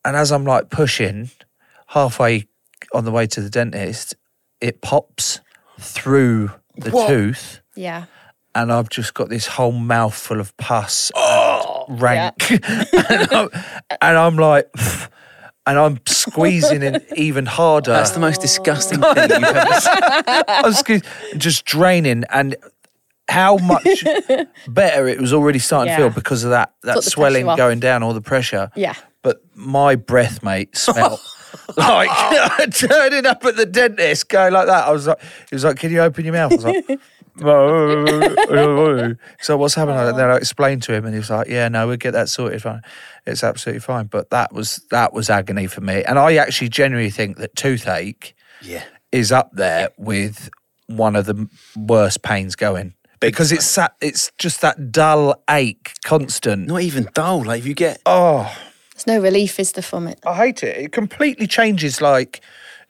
Speaker 4: And as I'm like pushing, halfway on the way to the dentist, it pops through the tooth,
Speaker 5: Yeah.
Speaker 4: and I've just got this whole mouthful of pus and rank, and, I'm, and I'm like, and I'm squeezing it even harder.
Speaker 3: That's the
Speaker 5: Oh.
Speaker 3: most disgusting thing you've ever seen.
Speaker 4: I was sque- just draining and how much better it was already starting to
Speaker 5: Yeah.
Speaker 4: feel because of that that
Speaker 5: Took the
Speaker 4: swelling
Speaker 5: pressure off.
Speaker 4: going down, all the pressure.
Speaker 5: Yeah.
Speaker 4: But my breath, mate, smelled like turning up at the dentist, going like that. I was like, he was like, "Can you open your mouth?" I was like. so what's happened? And then I explained to him, and he was like, "Yeah, no, we'll get that sorted. Fine, it's absolutely fine." But that was that was agony for me, and I actually genuinely think that toothache
Speaker 3: Yeah.
Speaker 4: is up there with one of the m- worst pains going because it's that, it's just that dull ache constant.
Speaker 3: Not even dull. Like, if you get.
Speaker 4: Oh,
Speaker 5: There's no relief, is there, from it?
Speaker 4: I hate it. It completely changes. Like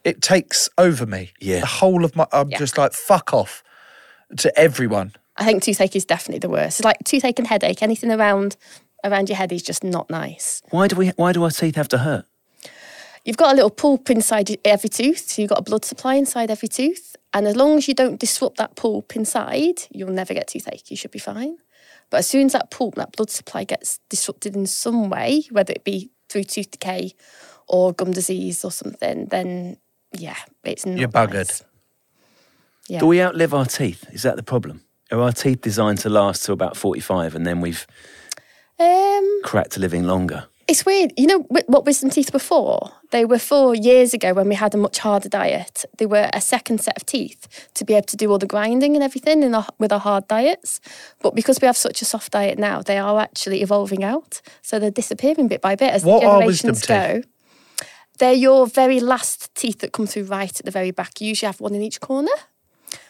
Speaker 4: it takes over me.
Speaker 3: Yeah.
Speaker 4: the whole of my. I'm
Speaker 5: Yeah.
Speaker 4: just like fuck off to everyone.
Speaker 5: I think toothache is definitely the worst. It's like toothache and headache. Anything around around your head is just not nice.
Speaker 3: Why do we? Why do our teeth have to hurt?
Speaker 5: You've got a little pulp inside your- every tooth, so you've got a blood supply inside every tooth. And as long as you don't disrupt that pulp inside, you'll never get toothache. You should be fine. But as soon as that pulp, that blood supply gets disrupted in some way, whether it be through tooth decay or gum disease or something, then yeah, it's not
Speaker 2: You're buggered.
Speaker 5: nice. Yeah.
Speaker 3: Do we outlive our teeth? Is that the problem? Are our teeth designed to last till about 45 and then we've
Speaker 5: um,
Speaker 3: cracked living longer?
Speaker 5: It's weird. You know wi- what wisdom teeth were for? They were for years ago when we had a much harder diet. They were a second set of teeth to be able to do all the grinding and everything in our, with our hard diets. But because we have such a soft diet now, they are actually evolving out. So they're disappearing bit by bit as
Speaker 4: What
Speaker 5: the
Speaker 4: are wisdom
Speaker 5: generations go. They're your very last teeth that come through right at the very back. You usually have one in each corner.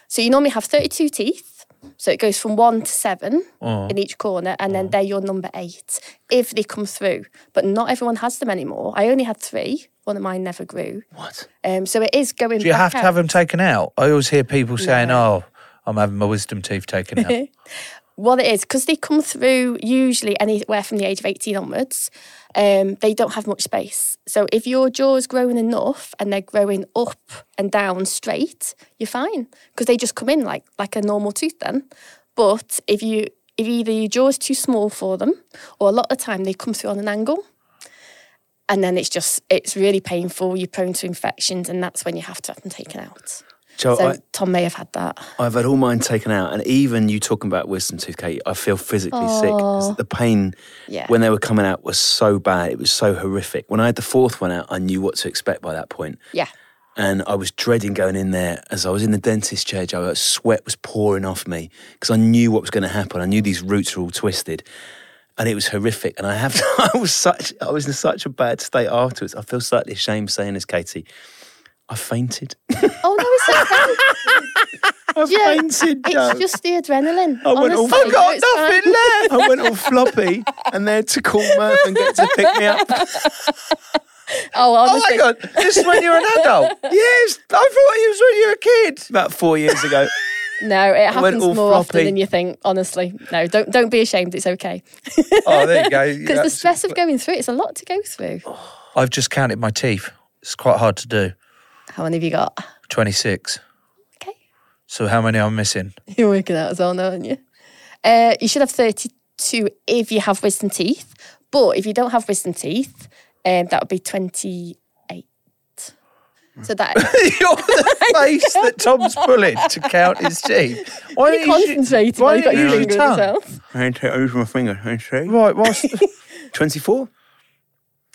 Speaker 5: So you normally have 32 teeth. So it goes from one to seven
Speaker 4: Uh-huh.
Speaker 5: in each corner, and then they're your number eight if they come through. But not everyone has them anymore. I only had three. One of mine never grew. What? Um, so it is going.
Speaker 4: Do you
Speaker 5: back
Speaker 4: have to
Speaker 5: out.
Speaker 4: have them taken out? I always hear people saying, "Oh, I'm having my wisdom teeth taken out."
Speaker 5: What it is because they come through usually anywhere from the age of eighteen onwards. Um, they don't have much space. So if your jaw's growing enough and they're growing up and down straight, you're fine because they just come in like like a normal tooth then. But if you if either your jaw's too small for them, or a lot of the time they come through on an angle. and then it's just it's really painful. You're prone to infections, and that's when you have to have them taken out.
Speaker 3: Joe,
Speaker 5: so
Speaker 3: Oh, I,
Speaker 5: Tom may have had that.
Speaker 3: I've had all mine taken out, and even you talking about wisdom tooth, Kate, I feel physically sick. 'cause The pain
Speaker 5: Yeah.
Speaker 3: when they were coming out was so bad; it was so horrific. When I had the fourth one out, I knew what to expect by that point,
Speaker 5: Yeah,
Speaker 3: and I was dreading going in there. As I was in the dentist chair, Joe, sweat was pouring off me because I knew what was going to happen. I knew these roots were all twisted, and it was horrific. And I have, I was such, I was in such a bad state afterwards. I feel slightly ashamed saying this, Katie. I fainted.
Speaker 5: Oh no, it's okay. yeah,
Speaker 3: fainted, Joe.
Speaker 5: it's just the adrenaline.
Speaker 3: I went all,
Speaker 5: honestly.
Speaker 3: I've got
Speaker 5: It's fine.
Speaker 3: nothing left. I went all floppy and they had to call Murph and get to pick me up.
Speaker 5: Oh,
Speaker 4: Oh my
Speaker 5: honestly,
Speaker 4: god! This is when you're an adult. yes, I thought it was when you were a kid.
Speaker 3: About four years ago.
Speaker 5: no, it
Speaker 3: went
Speaker 5: happens
Speaker 3: all
Speaker 5: more
Speaker 3: floppy.
Speaker 5: often than you think. Honestly, no, don't don't be ashamed. It's okay
Speaker 4: Oh, there you go.
Speaker 5: because
Speaker 4: Yeah.
Speaker 5: the stress of going through it, it's a lot to go through.
Speaker 4: I've just counted my teeth. It's quite hard to do.
Speaker 5: How many have you got?
Speaker 4: Twenty-six.
Speaker 5: Okay,
Speaker 4: So how many I'm missing?
Speaker 5: you're working out as well, now, aren't you? Uh, you should have 32 if you have wisdom teeth, but if you don't have wisdom teeth, um, that would be 28. So that
Speaker 4: You're the face that Tom's pulling to count his teeth. Why
Speaker 5: you concentrated while you've got your
Speaker 4: use
Speaker 5: finger in as well.
Speaker 3: I had to over my finger. I say.
Speaker 4: Right, whilst,
Speaker 3: 24?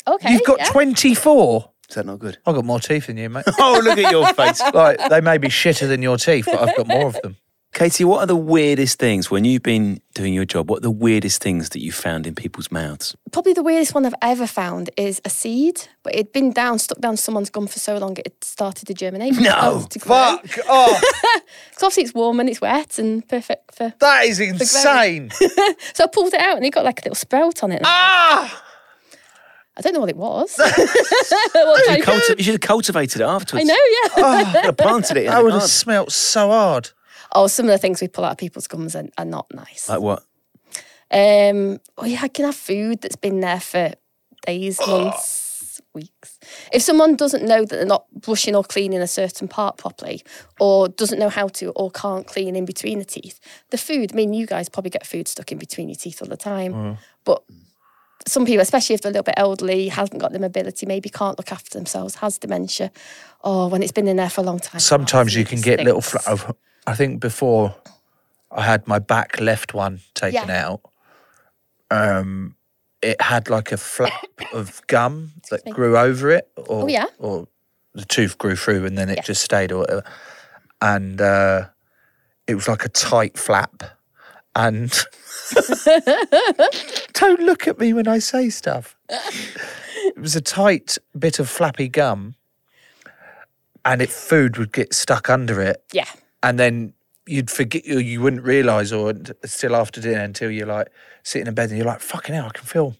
Speaker 5: Okay.
Speaker 4: you've got
Speaker 5: yeah.
Speaker 4: 24.
Speaker 3: Is that not good?
Speaker 4: I've got more teeth than you, mate.
Speaker 3: Oh, look at your face.
Speaker 4: like, they may be shitter than your teeth, but I've got more of them.
Speaker 3: Katie, what are the weirdest things when you've been doing your job? What are the weirdest things that you found in people's mouths?
Speaker 5: Probably the weirdest one I've ever found is a seed, but it'd been down, stuck down someone's gum for so long it had started to germinate. No. Because
Speaker 4: Fuck off.
Speaker 5: obviously it's warm and it's wet and perfect for.
Speaker 4: That is insane.
Speaker 5: So I pulled it out and it got like a little sprout on it.
Speaker 4: ah!
Speaker 5: I don't know what it was. What kind
Speaker 3: You,
Speaker 5: of-
Speaker 3: culti- you should have cultivated it
Speaker 5: I
Speaker 3: afterwards.
Speaker 5: know, yeah.
Speaker 3: You should have planted it in
Speaker 4: That
Speaker 3: the
Speaker 4: would have
Speaker 3: garden.
Speaker 4: smelt so hard.
Speaker 5: Oh, some of the things we pull out of people's gums are, are not nice.
Speaker 3: Like what?
Speaker 5: Um, oh yeah, I can have food that's been there for days, months, weeks. If someone doesn't know that they're not brushing or cleaning a certain part properly, or doesn't know how to or can't clean in between the teeth, the food. I mean, you guys probably get food stuck in between your teeth all the time,
Speaker 4: Mm-hmm.
Speaker 5: but. Some people, especially if they're a little bit elderly, hasn't got the mobility, maybe can't look after themselves, has dementia, or when it's been in there for a long time.
Speaker 4: Sometimes you
Speaker 5: absolutely
Speaker 4: can get little. Fl-
Speaker 5: stinks.
Speaker 4: I've- I think before I had my back left one taken
Speaker 5: Yeah.
Speaker 4: out, um, it had like a flap of gum that grew over it, or
Speaker 5: yeah.
Speaker 4: or the tooth grew through and then it just stayed or whatever, and uh, it was like a tight flap, and. Don't look at me when I say stuff. it was a tight bit of flappy gum, and it food would get stuck under it,
Speaker 5: yeah,
Speaker 4: and then you'd forget you you wouldn't realise or d- still after dinner until you're like sitting in bed and you're like fucking hell I can feel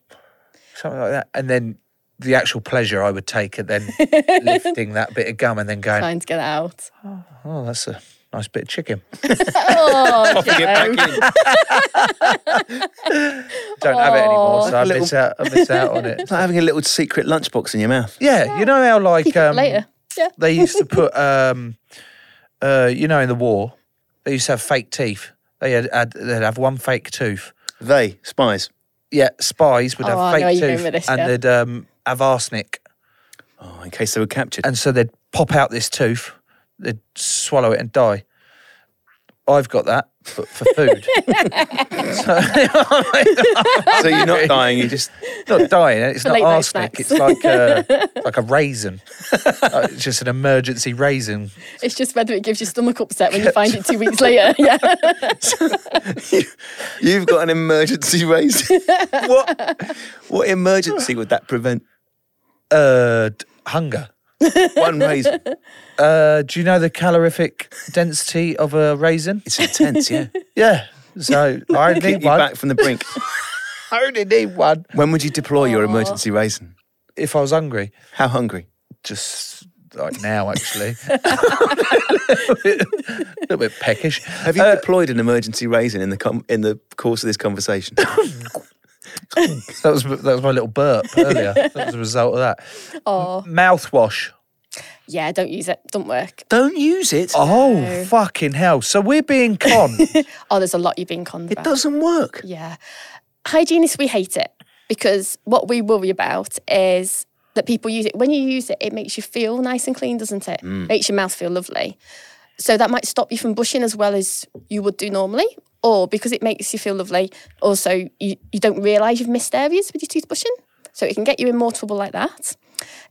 Speaker 4: something like that, and then the actual pleasure I would take at then lifting that bit of gum and then going
Speaker 5: trying to get it out.
Speaker 4: oh that's a nice bit of chicken.
Speaker 5: Oh, Joe.
Speaker 4: Don't have it anymore,
Speaker 5: Aw.
Speaker 4: so I miss out I miss out on it.
Speaker 3: It's like having a little secret lunchbox in your mouth.
Speaker 4: Yeah, you know how like
Speaker 5: Keep it
Speaker 4: um,
Speaker 5: later. Yeah.
Speaker 4: they used to put um uh, you know, in the war, they used to have fake teeth. They had, had they'd have one fake tooth.
Speaker 3: They, spies.
Speaker 4: Yeah, spies would
Speaker 5: Oh,
Speaker 4: have
Speaker 5: I know
Speaker 4: fake
Speaker 5: where you're going
Speaker 4: tooth,
Speaker 5: with this,
Speaker 4: and
Speaker 5: yeah.
Speaker 4: they'd um, have arsenic,
Speaker 3: Oh, in case they were captured.
Speaker 4: and so they'd pop out this tooth, they'd swallow it and die. I've got that, but for food,
Speaker 3: so you're not dying, you just.
Speaker 4: not dying. It's not
Speaker 5: late night
Speaker 4: arsenic.
Speaker 5: snacks.
Speaker 4: It's like a, like a raisin. Uh, it's just an emergency raisin.
Speaker 5: It's just whether it gives you stomach upset when you find it two weeks later. Yeah.
Speaker 3: You've got an emergency raise. what? What emergency would that prevent?
Speaker 4: Uh, d- hunger.
Speaker 3: One raise.
Speaker 4: Uh, do you know the calorific density of a raisin?
Speaker 3: It's intense, yeah.
Speaker 4: Yeah. So I
Speaker 3: Keep
Speaker 4: need
Speaker 3: you
Speaker 4: one.
Speaker 3: back from the brink.
Speaker 4: I only need one
Speaker 3: When would you deploy your emergency raisin?
Speaker 4: if I was hungry.
Speaker 3: How hungry?
Speaker 4: Just like now, actually. a little bit peckish.
Speaker 3: Have
Speaker 5: Uh,
Speaker 3: you deployed an emergency raisin in the com- in the course of this conversation?
Speaker 4: That was that was my little burp earlier. That was a result of that.
Speaker 5: Oh,
Speaker 4: Mouthwash.
Speaker 5: yeah. Don't use it. Don't work.
Speaker 3: Don't use it.
Speaker 4: Oh
Speaker 5: No.
Speaker 4: fucking hell! So we're being con.
Speaker 5: Oh, there's a lot you've been conned
Speaker 3: It
Speaker 5: about.
Speaker 3: doesn't work.
Speaker 5: Yeah. Hygienists, we hate it because what we worry about is that people use it. When you use it, it makes you feel nice and clean, doesn't it? Makes your mouth feel lovely. So that might stop you from bushing as well as you would do normally. Or because it makes you feel lovely, also you, you don't realise you've missed areas with your tooth brushing. So it can get you in more trouble like that.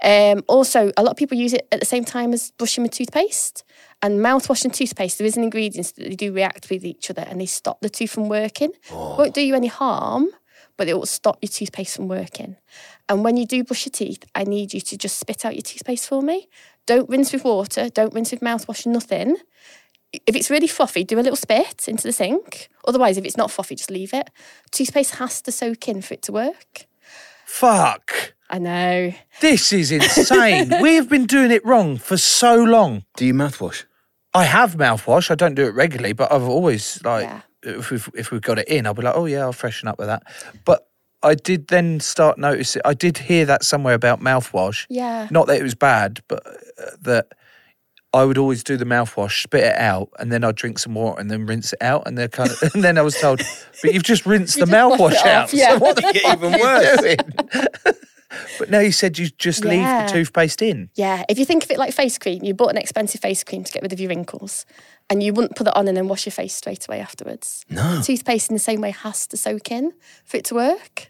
Speaker 5: Um, also, a lot of people use it at the same time as brushing with toothpaste. And mouthwash and toothpaste, there is an ingredient that they do react with each other and they stop the tooth from working. Won't do you any harm, but it will stop your toothpaste from working. And when you do brush your teeth, I need you to just spit out your toothpaste for me. Don't rinse with water, don't rinse with mouthwash, nothing. If it's really frothy, do a little spit into the sink. Otherwise, if it's not frothy, just leave it. Toothpaste has to soak in for it to work.
Speaker 4: Fuck.
Speaker 5: I know.
Speaker 4: This is insane. We've been doing it wrong for so long.
Speaker 3: Do you mouthwash?
Speaker 4: I have mouthwash. I don't do it regularly, but I've always like
Speaker 5: Yeah.
Speaker 4: if we've if we've got it in, I'll be like, oh yeah, I'll freshen up with that. But I did then start noticing. I did hear that somewhere about mouthwash.
Speaker 5: Yeah.
Speaker 4: Not that it was bad, but uh, that I would always do the mouthwash, spit it out, and then I'd drink some water and then rinse it out. And then kind of, and then I was told, but you've just rinsed the
Speaker 5: just washed
Speaker 4: mouthwash
Speaker 5: it off,
Speaker 4: out.
Speaker 5: Oh,
Speaker 4: So
Speaker 5: yeah.
Speaker 4: what the
Speaker 3: Get even
Speaker 4: fuck are you doing? but now you said you just
Speaker 5: Yeah.
Speaker 4: leave the toothpaste in.
Speaker 5: Yeah, if you think of it like face cream, you bought an expensive face cream to get rid of your wrinkles, and you wouldn't put it on and then wash your face straight away afterwards. No. Toothpaste in the same way has to soak in for it to work.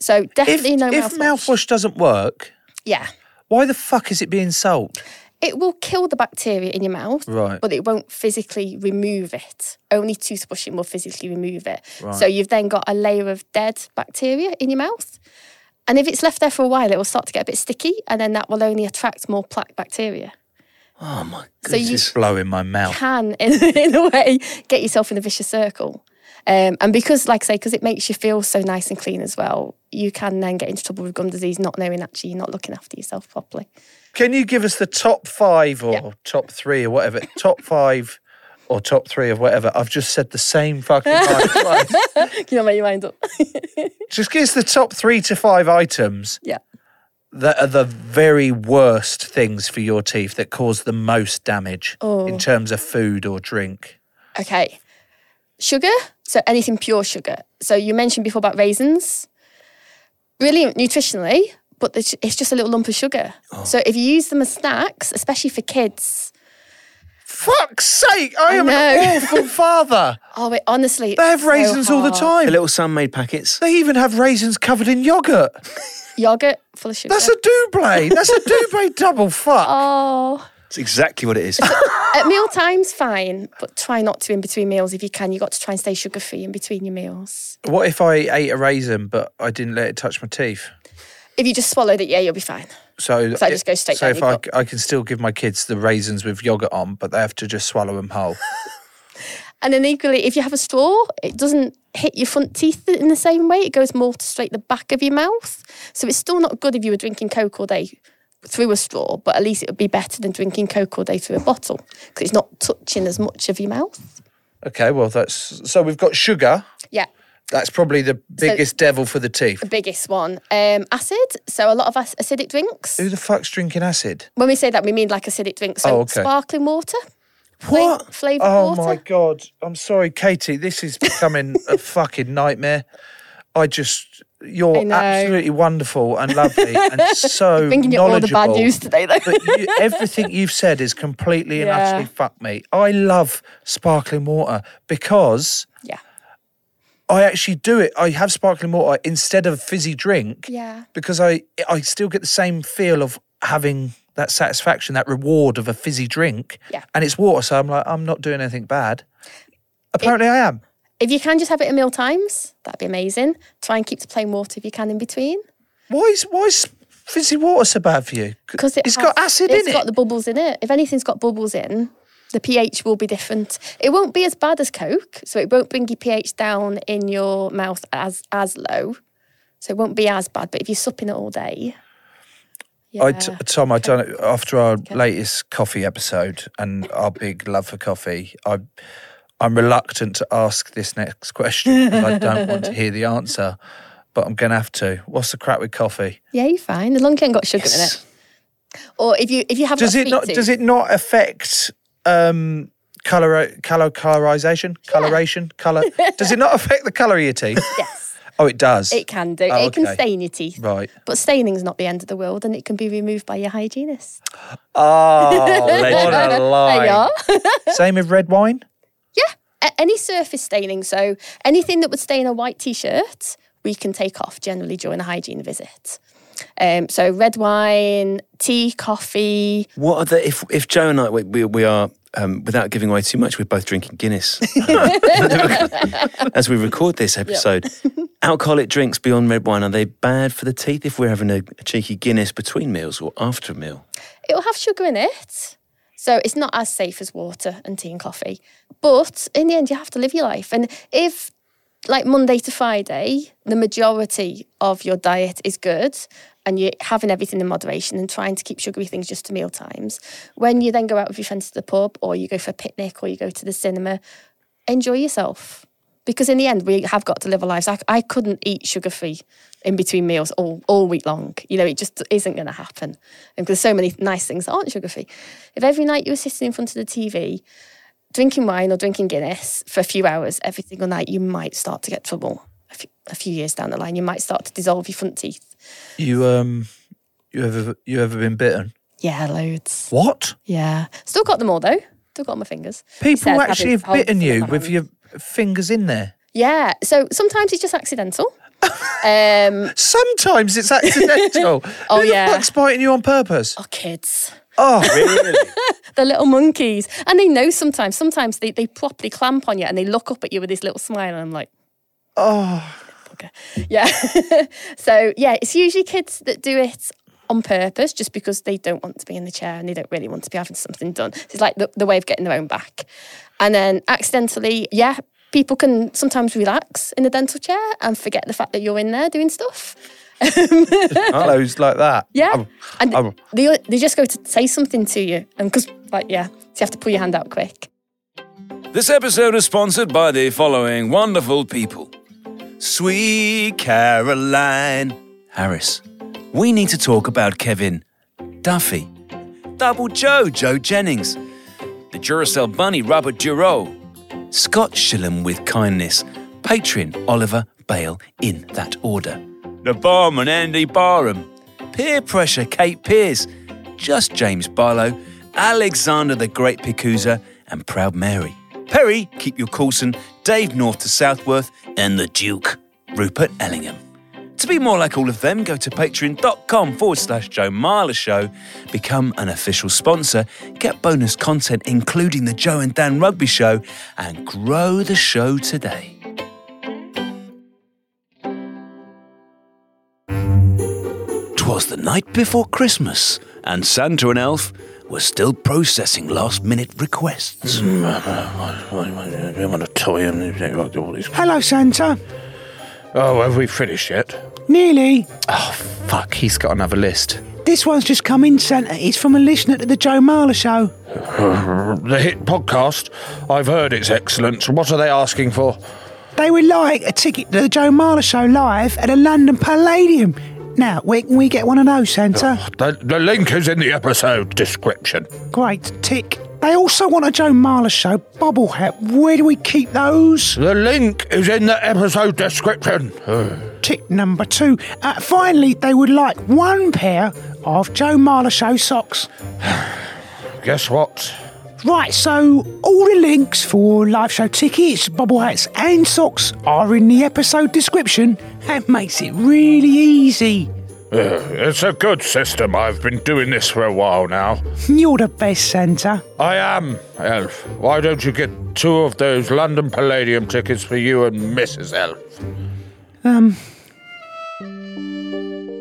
Speaker 5: So
Speaker 4: If,
Speaker 5: definitely no
Speaker 4: if
Speaker 5: mouthwash.
Speaker 4: mouthwash doesn't work,
Speaker 5: Yeah.
Speaker 4: why the fuck is it being sold?
Speaker 5: It will kill the bacteria in your mouth,
Speaker 4: Right.
Speaker 5: but it won't physically remove it. Only toothbrushing will physically remove it. So you've then got a layer of dead bacteria in your mouth. And if it's left there for a while, it will start to get a bit sticky, and then that will only attract more plaque bacteria.
Speaker 3: Oh my
Speaker 5: So
Speaker 3: goodness.
Speaker 5: you
Speaker 4: It's blowing my mouth.
Speaker 5: can in, in a way get yourself in a vicious circle um, and because like i say because it makes you feel so nice and clean as well you can then get into trouble with gum disease not knowing actually you're not looking after yourself properly
Speaker 4: Can you give us the top five or top three or whatever? top five or top three of whatever? I've just said the same fucking five twice.
Speaker 5: you know where you wind up
Speaker 4: Just give us the top three to five items
Speaker 5: yeah
Speaker 4: that are the very worst things for your teeth that cause the most damage
Speaker 5: Oh.
Speaker 4: in terms of food or drink.
Speaker 5: okay sugar so anything pure sugar so you mentioned before about raisins brilliant nutritionally but it's it's just a little lump of sugar
Speaker 4: Oh.
Speaker 5: so if you use them as snacks especially for kids
Speaker 4: Fuck's sake! I, am
Speaker 5: know.
Speaker 4: an awful father.
Speaker 5: oh it honestly
Speaker 4: They have raisins all the
Speaker 3: the
Speaker 4: time.
Speaker 3: little sun-made packets.
Speaker 4: They even have raisins covered in yogurt.
Speaker 5: yogurt full of sugar
Speaker 4: That's a double. That's a double double fuck.
Speaker 5: oh
Speaker 3: It's exactly what it is.
Speaker 5: At meal times, fine, but try not to in between meals if you can. You've got to try and stay sugar free in between your meals.
Speaker 4: What if I ate a raisin but I didn't let it touch my teeth?
Speaker 5: If you just swallowed it, yeah, you'll be fine.
Speaker 4: So,
Speaker 5: So I just go straight
Speaker 4: So
Speaker 5: down
Speaker 4: if
Speaker 5: your
Speaker 4: I,
Speaker 5: gut.
Speaker 4: I can still give my kids the raisins with yogurt on, but they have to just swallow them whole.
Speaker 5: And then equally, if you have a straw, it doesn't hit your front teeth in the same way. It goes more to straight the back of your mouth. So it's still not good if you were drinking Coke all day through a straw, but at least it would be better than drinking Coke all day through a bottle because it's not touching as much of your mouth.
Speaker 4: okay, well that's so we've got sugar.
Speaker 5: Yeah.
Speaker 4: That's probably the biggest devil for the teeth.
Speaker 5: The biggest one, um, acid. So a lot of ac- acidic drinks.
Speaker 4: Who the fuck's drinking acid?
Speaker 5: When we say that, we mean like acidic drinks, so
Speaker 4: Oh, okay.
Speaker 5: sparkling water. What? Flavored
Speaker 4: Oh
Speaker 5: water.
Speaker 4: my god! I'm sorry, Katie. This is becoming a fucking nightmare. I just,
Speaker 5: I
Speaker 4: you're
Speaker 5: know.
Speaker 4: absolutely wonderful and lovely and so
Speaker 5: Bringing you all the bad
Speaker 4: knowledgeable.
Speaker 5: news today, though.
Speaker 4: but you, everything you've said is completely and
Speaker 5: Yeah.
Speaker 4: utterly fuck me. I love sparkling water because
Speaker 5: Yeah.
Speaker 4: I actually do it. I have sparkling water instead of fizzy drink
Speaker 5: Yeah.
Speaker 4: because I I still get the same feel of having that satisfaction, that reward of a fizzy drink.
Speaker 5: Yeah.
Speaker 4: And it's water, so I'm like, I'm not doing anything bad. Apparently, I am.
Speaker 5: If you can just have it at meal times, that'd be amazing. Try and keep the plain water if you can in between.
Speaker 4: Why is why is fizzy water so bad for you?
Speaker 5: Because it
Speaker 4: has
Speaker 5: has-
Speaker 4: got acid in
Speaker 5: It's got
Speaker 4: it.
Speaker 5: the bubbles in it. If anything's got bubbles in, the pH will be different. It won't be as bad as Coke, so it won't bring your pH down in your mouth as as low. So it won't be as bad. But if you're supping it all day, yeah,
Speaker 4: I t- Tom, I done it after our latest coffee episode and our big love for coffee. I, I'm reluctant to ask this next question because I don't want to hear the answer, but I'm going to have to. What's the crack with coffee?
Speaker 5: yeah, you're fine as long as you ain't got sugar in it. Or if you if you have
Speaker 4: Does
Speaker 5: got
Speaker 4: it not?
Speaker 5: sweet
Speaker 4: Does it
Speaker 5: tooth-
Speaker 4: not affect um, color, color, colorization, coloration, color? Does it not affect the color of your teeth?
Speaker 5: Yes,
Speaker 4: Oh, it does.
Speaker 5: it can do.
Speaker 4: Oh,
Speaker 5: it can
Speaker 4: okay.
Speaker 5: stain your teeth.
Speaker 4: Right.
Speaker 5: But staining's not the end of the world, and it can be removed by your hygienist.
Speaker 4: Oh, what a
Speaker 5: There you
Speaker 4: lie.
Speaker 5: are.
Speaker 4: Same with red wine.
Speaker 5: A- any surface staining, so anything that would stain a white t-shirt, we can take off generally during a hygiene visit. Um, so red wine, tea, coffee.
Speaker 3: What are the if if Joe and I we we, we are um, without giving away too much, we're both drinking Guinness as we record this episode. Alcoholic drinks beyond red wine are they bad for the teeth if we're having a, a cheeky Guinness between meals or after a meal?
Speaker 5: It'll have sugar in it, so it's not as safe as water and tea and coffee. But in the end, you have to live your life, and if like Monday to Friday, the majority of your diet is good and you're having everything in moderation and trying to keep sugary things just to meal times. When you then go out with your friends to the pub or you go for a picnic or you go to the cinema, enjoy yourself. Because in the end, we have got to live our lives. I, I couldn't eat sugar free in between meals all, all week long. You know, it just isn't going to happen. And there's so many nice things that aren't sugar free. If every night you were sitting in front of the TV drinking wine or drinking Guinness for a few hours every single night, you might start to get trouble. A few, a few years down the line, you might start to dissolve your front teeth.
Speaker 4: You um, you ever you ever been bitten?
Speaker 5: Yeah, loads.
Speaker 4: What?
Speaker 5: Yeah, still got them all though. Still got on my fingers.
Speaker 4: People
Speaker 5: Said
Speaker 4: actually
Speaker 5: having
Speaker 4: have bitten
Speaker 5: holes in
Speaker 4: you
Speaker 5: my
Speaker 4: with
Speaker 5: hand.
Speaker 4: your fingers in there.
Speaker 5: Yeah. So sometimes it's just accidental. um,
Speaker 4: Sometimes it's accidental.
Speaker 5: Oh,
Speaker 4: Who
Speaker 5: yeah.
Speaker 4: the fuck's biting you on purpose?
Speaker 5: oh, kids.
Speaker 4: Oh,
Speaker 5: They're little monkeys, and they know sometimes. Sometimes they they properly clamp on you, and they look up at you with this little smile, and I'm like.
Speaker 4: oh,
Speaker 5: Yeah. so yeah, it's usually kids that do it on purpose just because they don't want to be in the chair and they don't really want to be having something done. It's like the, the way of getting their own back. And then accidentally, yeah, people can sometimes relax in the dental chair and forget the fact that you're in there doing stuff. Um,
Speaker 4: closed like that.
Speaker 5: Yeah.
Speaker 4: Oh,
Speaker 5: and
Speaker 4: oh.
Speaker 5: they, they just go to say something to you. And because, like, yeah, so you have to pull your hand out quick.
Speaker 6: This episode is sponsored by the following wonderful people Sweet Caroline Harris. We need to talk about Kevin Duffy, Double Joe, Joe Jennings, the Duracell Bunny, Robert Duro, Scott Shillum with kindness, patron Oliver Bale in that order, the barman Andy Barham, peer pressure Kate Pierce, just James Barlow, Alexander the Great Picuza, and Proud Mary. Perry, keep your Coulson, Dave North to Southworth, and the Duke, Rupert Ellingham. To be more like all of them, go to patreon.com forward slash Joe Marler Show, become an official sponsor, get bonus content including the Joe and Dan Rugby Show, and grow the show today. Twas the night before Christmas, and Santa and Elf were still processing last minute requests.
Speaker 7: Hello, Santa.
Speaker 8: Oh, have we finished yet?
Speaker 7: Nearly.
Speaker 4: Fuck, he's got another list.
Speaker 7: This one's just come in, Santa. It's from a listener to the Joe Marler Show.
Speaker 8: The hit podcast. I've heard it's excellent. What are they asking for?
Speaker 7: They would like a ticket to the Joe Marler Show live at the London Palladium. Now, where can we get one of those, Santa?
Speaker 8: The, the link is in the episode description.
Speaker 7: Great. Tick. They also want a Joe Marler show bubble hat. Where do we keep those?
Speaker 8: The link is in the episode description.
Speaker 7: Tick number two. Uh, finally, they would like one pair of Joe Marler show socks.
Speaker 8: Guess what?
Speaker 7: Right, so all the links for live show tickets, bubble hats, and socks are in the episode description. That makes it really easy.
Speaker 8: Uh, It's a good system. I've been doing this for a while now.
Speaker 7: You're the best, Santa.
Speaker 8: I am, Elf. Why don't you get two of those London Palladium tickets for you and Mrs. Elf?
Speaker 7: Um,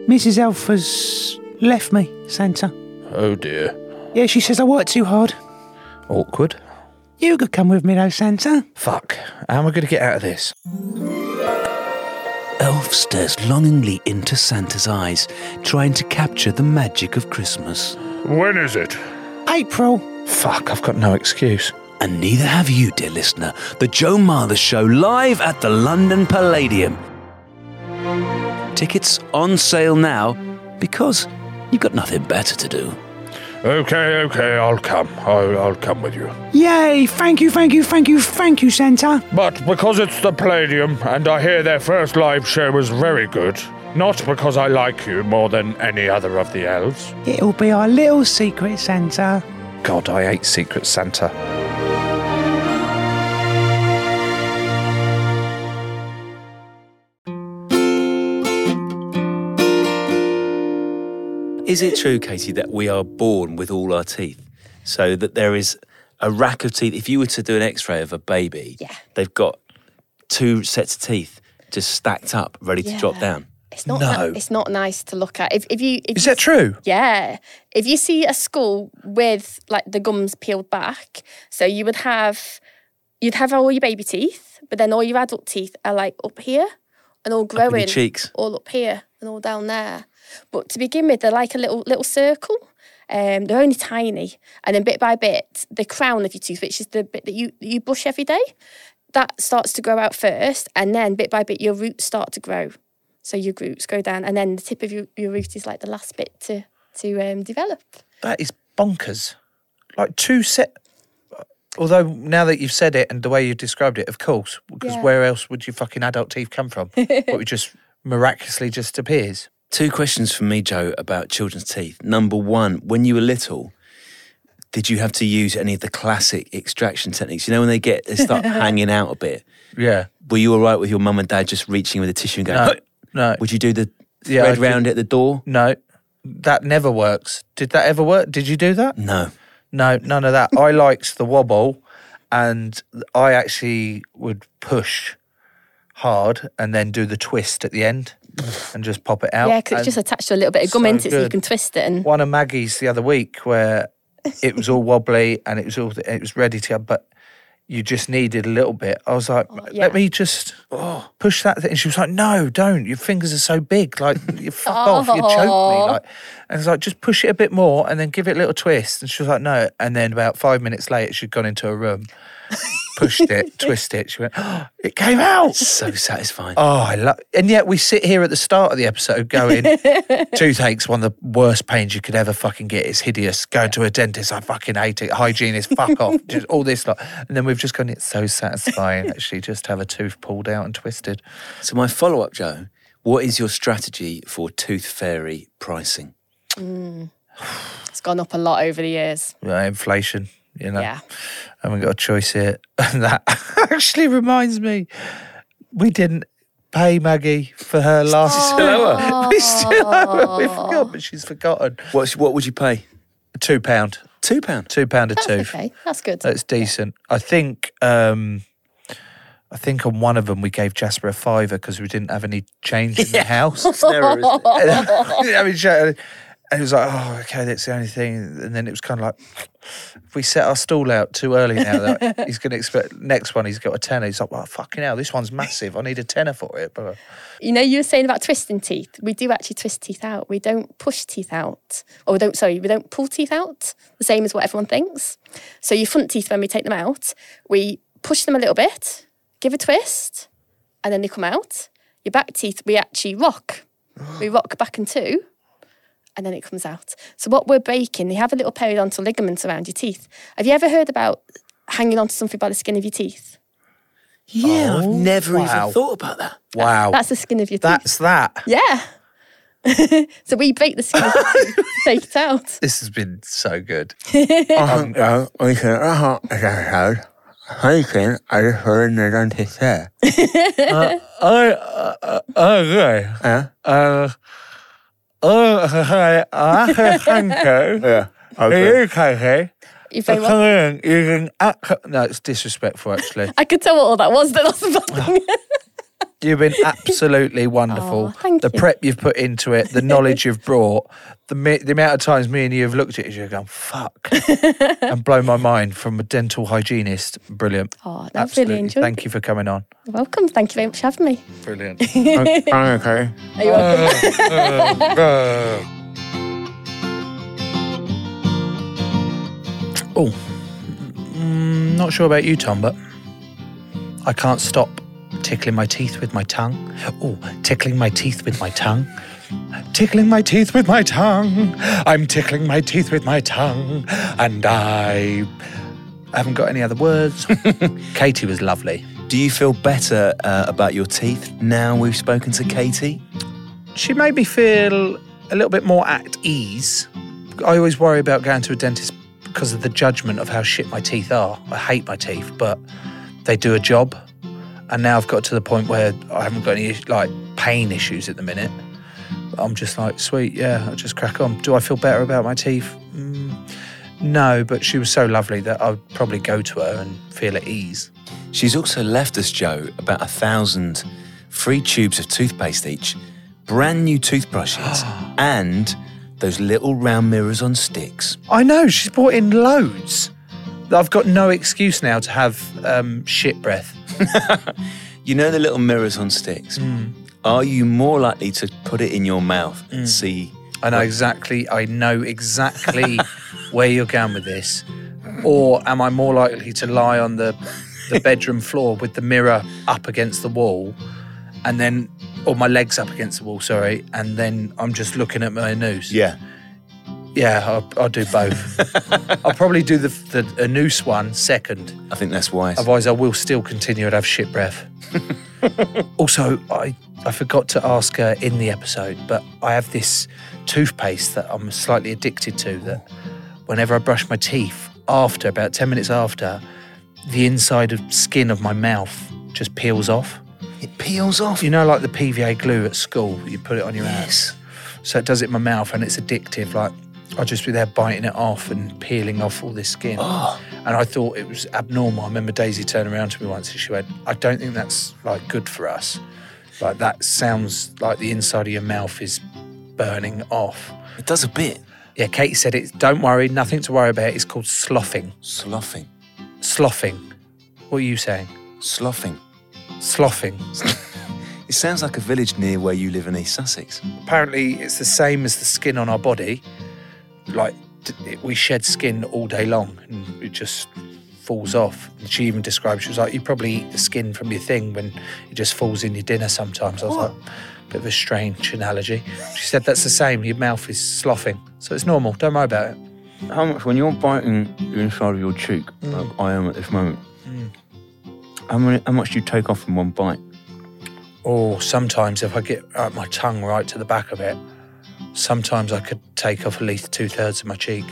Speaker 7: Mrs. Elf has left me, Santa.
Speaker 8: Oh dear.
Speaker 7: Yeah, she says I work too hard.
Speaker 4: Awkward.
Speaker 7: You could come with me though, Santa.
Speaker 4: Fuck. How am I going to get out of this?
Speaker 6: Elf stares longingly into Santa's eyes, trying to capture the magic of Christmas.
Speaker 8: When is it?
Speaker 7: April.
Speaker 4: Fuck, I've got no excuse.
Speaker 6: And neither have you, dear listener. The Joe Marler Show live at the London Palladium. Tickets on sale now because you've got nothing better to do.
Speaker 8: Okay, okay, I'll come. I'll, I'll come with you.
Speaker 7: Yay! Thank you, thank you, thank you, thank you, Santa.
Speaker 8: But because it's the Palladium, and I hear their first live show was very good, not because I like you more than any other of the elves.
Speaker 7: It'll be our little secret, Santa.
Speaker 4: God, I hate Secret Santa.
Speaker 3: Is it true, Katie, that we are born with all our teeth? So that there is a rack of teeth. If you were to do an x ray of a baby,
Speaker 5: Yeah.
Speaker 3: they've got two sets of teeth just stacked up, ready to drop
Speaker 5: Yeah.
Speaker 3: down.
Speaker 5: It's not.
Speaker 3: No.
Speaker 5: ni- it's not nice to look at. If, if you. If
Speaker 4: Is
Speaker 5: you
Speaker 4: that true?
Speaker 5: Yeah. If you see a skull with like the gums peeled back, so you would have you'd have all your baby teeth, but then all your adult teeth are like up here and all
Speaker 3: Up in
Speaker 5: growing
Speaker 3: your cheeks.
Speaker 5: all up here and all down there. But to begin with, they're like a little little circle. Um, they're only tiny, and then bit by bit, the crown of your tooth, which is the bit that you that you brush every day, that starts to grow out first, and then bit by bit, your roots start to grow. So your roots go down, and then the tip of your, your root is like the last bit to to um, develop.
Speaker 4: That is bonkers. Like two set. Although now that you've said it and the way you've described it, of course, because
Speaker 5: Yeah.
Speaker 4: where else would your fucking adult teeth come from? what it just miraculously just appears.
Speaker 3: Two questions from me, Joe, about children's teeth. Number one, when you were little, did you have to use any of the classic extraction techniques? You know, when they get, they start hanging out a bit.
Speaker 4: Yeah.
Speaker 3: Were you all right with your mum and dad just reaching with a tissue and going,
Speaker 4: No.
Speaker 3: "Huh?"
Speaker 4: No.
Speaker 3: would you do the
Speaker 4: Yeah,
Speaker 3: thread
Speaker 4: I did-
Speaker 3: round at the door?
Speaker 4: No. That never works. Did that ever work? Did you do that?
Speaker 3: No.
Speaker 4: No, none of that. I liked the wobble, and I actually would push hard and then do the twist at the end and just pop it out.
Speaker 5: yeah, because
Speaker 4: Oh, And
Speaker 5: it's just attached to a little bit of gum
Speaker 4: so
Speaker 5: into it, so you
Speaker 4: good.
Speaker 5: can twist it. And
Speaker 4: one of Maggie's the other week where it was all wobbly and it was all it was ready to go, but you just needed a little bit. I was like,
Speaker 5: Oh, yeah.
Speaker 4: let me just oh, push that thing. And she was like, no, don't. Your fingers are so big. Like, you fuck
Speaker 5: Oh.
Speaker 4: off. You choke
Speaker 5: Aw.
Speaker 4: me. Like, and I was like, just push it a bit more and then give it a little twist. And she was like, no. And then about five minutes later, she'd gone into a room, pushed it, twist it. She went, oh, it came out.
Speaker 3: So satisfying.
Speaker 4: Oh, I love, and yet we sit here at the start of the episode going, toothache's one of the worst pains you could ever fucking get. It's hideous. Going to a dentist, I fucking hate it. Hygienist, fuck off. Just all this lot. And then we've just gone, it's so satisfying actually just to have a tooth pulled out and twisted.
Speaker 3: So my follow up, Joe, what is your strategy for tooth fairy pricing?
Speaker 5: it's gone up a lot over the years.
Speaker 4: You know, inflation, you know,
Speaker 5: Yeah.
Speaker 4: haven't got a choice here. And that actually reminds me, we didn't pay Maggie for her last. We still haven't. We forgot, but she's forgotten.
Speaker 3: What's, what would you pay?
Speaker 4: Two pound.
Speaker 3: Two pound.
Speaker 4: Two pound a
Speaker 5: That's
Speaker 4: tooth.
Speaker 5: okay. That's good.
Speaker 4: That's decent. I think um I think on one of them we gave Jasper a fiver because we didn't have any change in the house. I mean, sure, and it was like, oh, okay, that's the only thing. And then it was kind of like, if we set our stall out too early now, like, he's going to expect next one. He's got a tenner. He's like, well, fucking hell, this one's massive. I need a tenner for it. But
Speaker 5: You know, you were saying about twisting teeth. We do actually twist teeth out. We don't push teeth out, or we don't. Sorry, we don't pull teeth out. The same as what everyone thinks. So your front teeth, when we take them out, we push them a little bit, give a twist, and then they come out. Your back teeth, we actually rock. We rock back and two, and then it comes out. So what we're breaking, they have a little periodontal ligament around your teeth. Have you ever heard about hanging onto something by the skin of your teeth?
Speaker 3: Yeah, I've never
Speaker 4: wow.
Speaker 3: even thought about that.
Speaker 4: Wow.
Speaker 5: That's the skin of your teeth.
Speaker 4: That's Oh. that.
Speaker 5: Yeah. so we break the skin of your teeth, take it out.
Speaker 4: This has been so good.
Speaker 9: Well, we should also episode. Hiking, I just heard the dentist there.
Speaker 4: Oh, uh, uh, okay.
Speaker 9: Yeah?
Speaker 4: Uh, oh, hi. I'm Hanko.
Speaker 9: Yeah.
Speaker 4: Are
Speaker 9: Okay.
Speaker 4: you okay?
Speaker 5: You're very
Speaker 4: Come
Speaker 5: wel-
Speaker 4: in. You can. ac- No, it's disrespectful, actually.
Speaker 5: I could tell what all that was. That was the bad thing.
Speaker 4: You've been absolutely wonderful.
Speaker 5: Aw, Oh, thank
Speaker 4: the
Speaker 5: you.
Speaker 4: prep you've put into it, the knowledge you've brought, the, mi- the amount of times me and you have looked at each other going, fuck, and blown my mind from a dental hygienist. Brilliant.
Speaker 5: Oh, no, I've
Speaker 4: Absolutely.
Speaker 5: really enjoyed
Speaker 4: Thank you for coming on.
Speaker 5: it. Welcome. Thank you very much for having me.
Speaker 4: Brilliant.
Speaker 9: I'm okay.
Speaker 5: Are you welcome?
Speaker 4: Oh, mm, not sure about you, Tom, but I can't stop tickling my teeth with my tongue. Oh, tickling my teeth with my tongue. Tickling my teeth with my tongue. I'm tickling my teeth with my tongue. And I haven't got any other words. Katie was lovely.
Speaker 3: Do you feel better uh, about your teeth now we've spoken to Katie?
Speaker 4: She made me feel a little bit more at ease. I always worry about going to a dentist because of the judgment of how shit my teeth are. I hate my teeth, but they do a job. And now I've got to the point where I haven't got any iss- like pain issues at the minute. But I'm just like, sweet, yeah, I'll just crack on. Do I feel better about my teeth? Mm, no, but she was so lovely that I'd probably go to her and feel at ease.
Speaker 3: She's also left us, Joe, about a thousand free tubes of toothpaste each, brand new toothbrushes, and those little round mirrors on sticks.
Speaker 4: I know she's brought in loads. I've got no excuse now to have um, shit breath.
Speaker 3: You know the little mirrors on sticks?
Speaker 9: Hmm.
Speaker 3: Are you more likely to put it in your mouth and see?
Speaker 4: I know exactly. I know exactly where you're going with this. Or am I more likely to lie on the the bedroom floor with the mirror up against the wall, and then, or my legs up against the wall? Sorry, and then I'm just looking at my noose.
Speaker 3: Yeah.
Speaker 4: yeah. I'll, I'll do both. I'll probably do the the a noose one second.
Speaker 3: I think that's wise.
Speaker 4: Otherwise, I will still continue to have shit breath. also, I, I forgot to ask her in the episode, but I have this toothpaste that I'm slightly addicted to that whenever I brush my teeth, after about 10 minutes after, the inside of skin of my mouth just peels off.
Speaker 3: It peels off.
Speaker 4: You know, like the PVA glue at school, you put it on your ass. So it does it in my mouth and it's addictive. Like, I'll just be there biting it off and peeling off all this skin.
Speaker 3: Oh,
Speaker 4: And I thought it was abnormal. I remember Daisy turning around to me once and she went, I don't think that's like good for us. Like, that sounds like the inside of your mouth is burning off.
Speaker 3: It does a bit.
Speaker 4: Yeah, Katie said it. Don't worry, nothing to worry about. It's called sloughing.
Speaker 3: Sloughing.
Speaker 4: Sloughing. What are you saying?
Speaker 3: Sloughing.
Speaker 4: Sloughing.
Speaker 3: It sounds like a village near where you live in East Sussex.
Speaker 4: apparently it's the same as the skin on our body. Like d- it- we shed skin all day long, and it just falls off. And she even described she was like, "You probably eat the skin from your thing when it just falls in your dinner sometimes." I was like, "Bit of a strange analogy." She said that's the same. Your mouth is sloughing, so it's normal. Don't worry about it.
Speaker 9: How much, when you're biting the inside of your cheek,
Speaker 3: Hmm.
Speaker 9: like I am at this moment, how, many, how much do you take off in one bite?
Speaker 4: Or sometimes if I get uh, my tongue right to the back of it, sometimes I could take off at least two thirds of my cheek.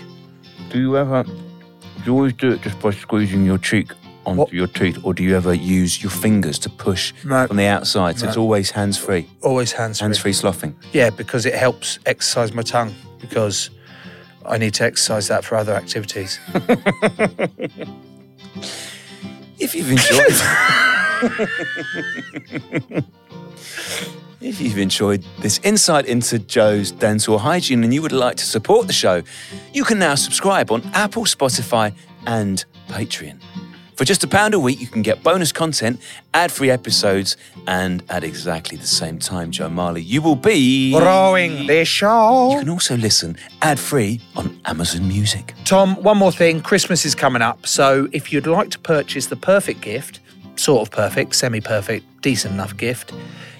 Speaker 9: Do you ever, do you always do it just by squeezing your cheek onto
Speaker 4: What?
Speaker 9: your teeth?
Speaker 3: Or do you ever use your fingers to push
Speaker 4: No.
Speaker 3: from the outside? So it's always hands free.
Speaker 4: Always hands free.
Speaker 3: Hands free sloughing.
Speaker 4: Yeah, because it helps exercise my tongue because I need to exercise that for other activities.
Speaker 3: If you've enjoyed. If you've enjoyed this insight into Joe's dental hygiene and you would like to support the show, you can now subscribe on Apple, Spotify, and Patreon. For just a pound a week, you can get bonus content, ad free episodes, and at exactly the same time, Joe Marley, you will be.
Speaker 4: Growing the
Speaker 3: You
Speaker 4: show.
Speaker 3: can also listen ad free on Amazon Music.
Speaker 4: Tom, one more thing. Christmas is coming up. So if you'd like to purchase the perfect gift, sort of perfect, semi perfect, decent enough gift,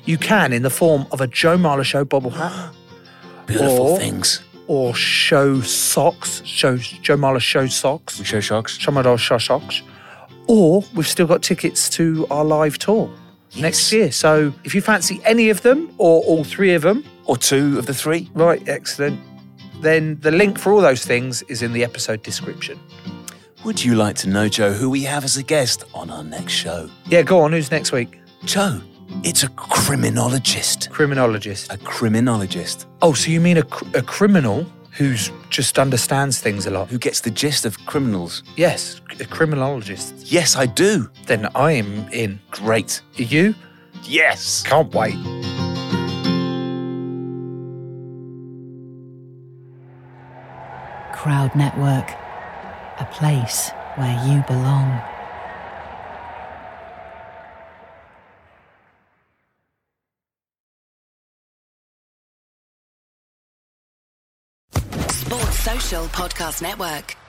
Speaker 4: you can in the form of a Joe Marler Show bobble hat.
Speaker 3: Beautiful
Speaker 4: Or-
Speaker 3: things.
Speaker 4: or show socks, show Joe Marler show socks,
Speaker 3: We show sharks.
Speaker 4: Shomadol show socks, or we've still got tickets to our live tour next year. So if you fancy any of them or all three of them,
Speaker 3: Or two of the three.
Speaker 4: right, excellent. Then the link for all those things is in the episode description.
Speaker 3: Would you like to know, Joe, who we have as a guest on our next show?
Speaker 4: Yeah, go on. Who's next week?
Speaker 3: Joe, it's a criminologist.
Speaker 4: Criminologist.
Speaker 3: A criminologist
Speaker 4: Oh, so you mean a, cr- a criminal who's just understands things a lot?
Speaker 3: who gets the gist of criminals.
Speaker 4: Yes, a criminologist.
Speaker 3: Yes, I do.
Speaker 4: Then I am in.
Speaker 3: Great.
Speaker 4: Are you?
Speaker 3: Yes.
Speaker 4: Can't wait.
Speaker 10: Crowd Network, a place where you belong.
Speaker 11: Sports Social Podcast Network.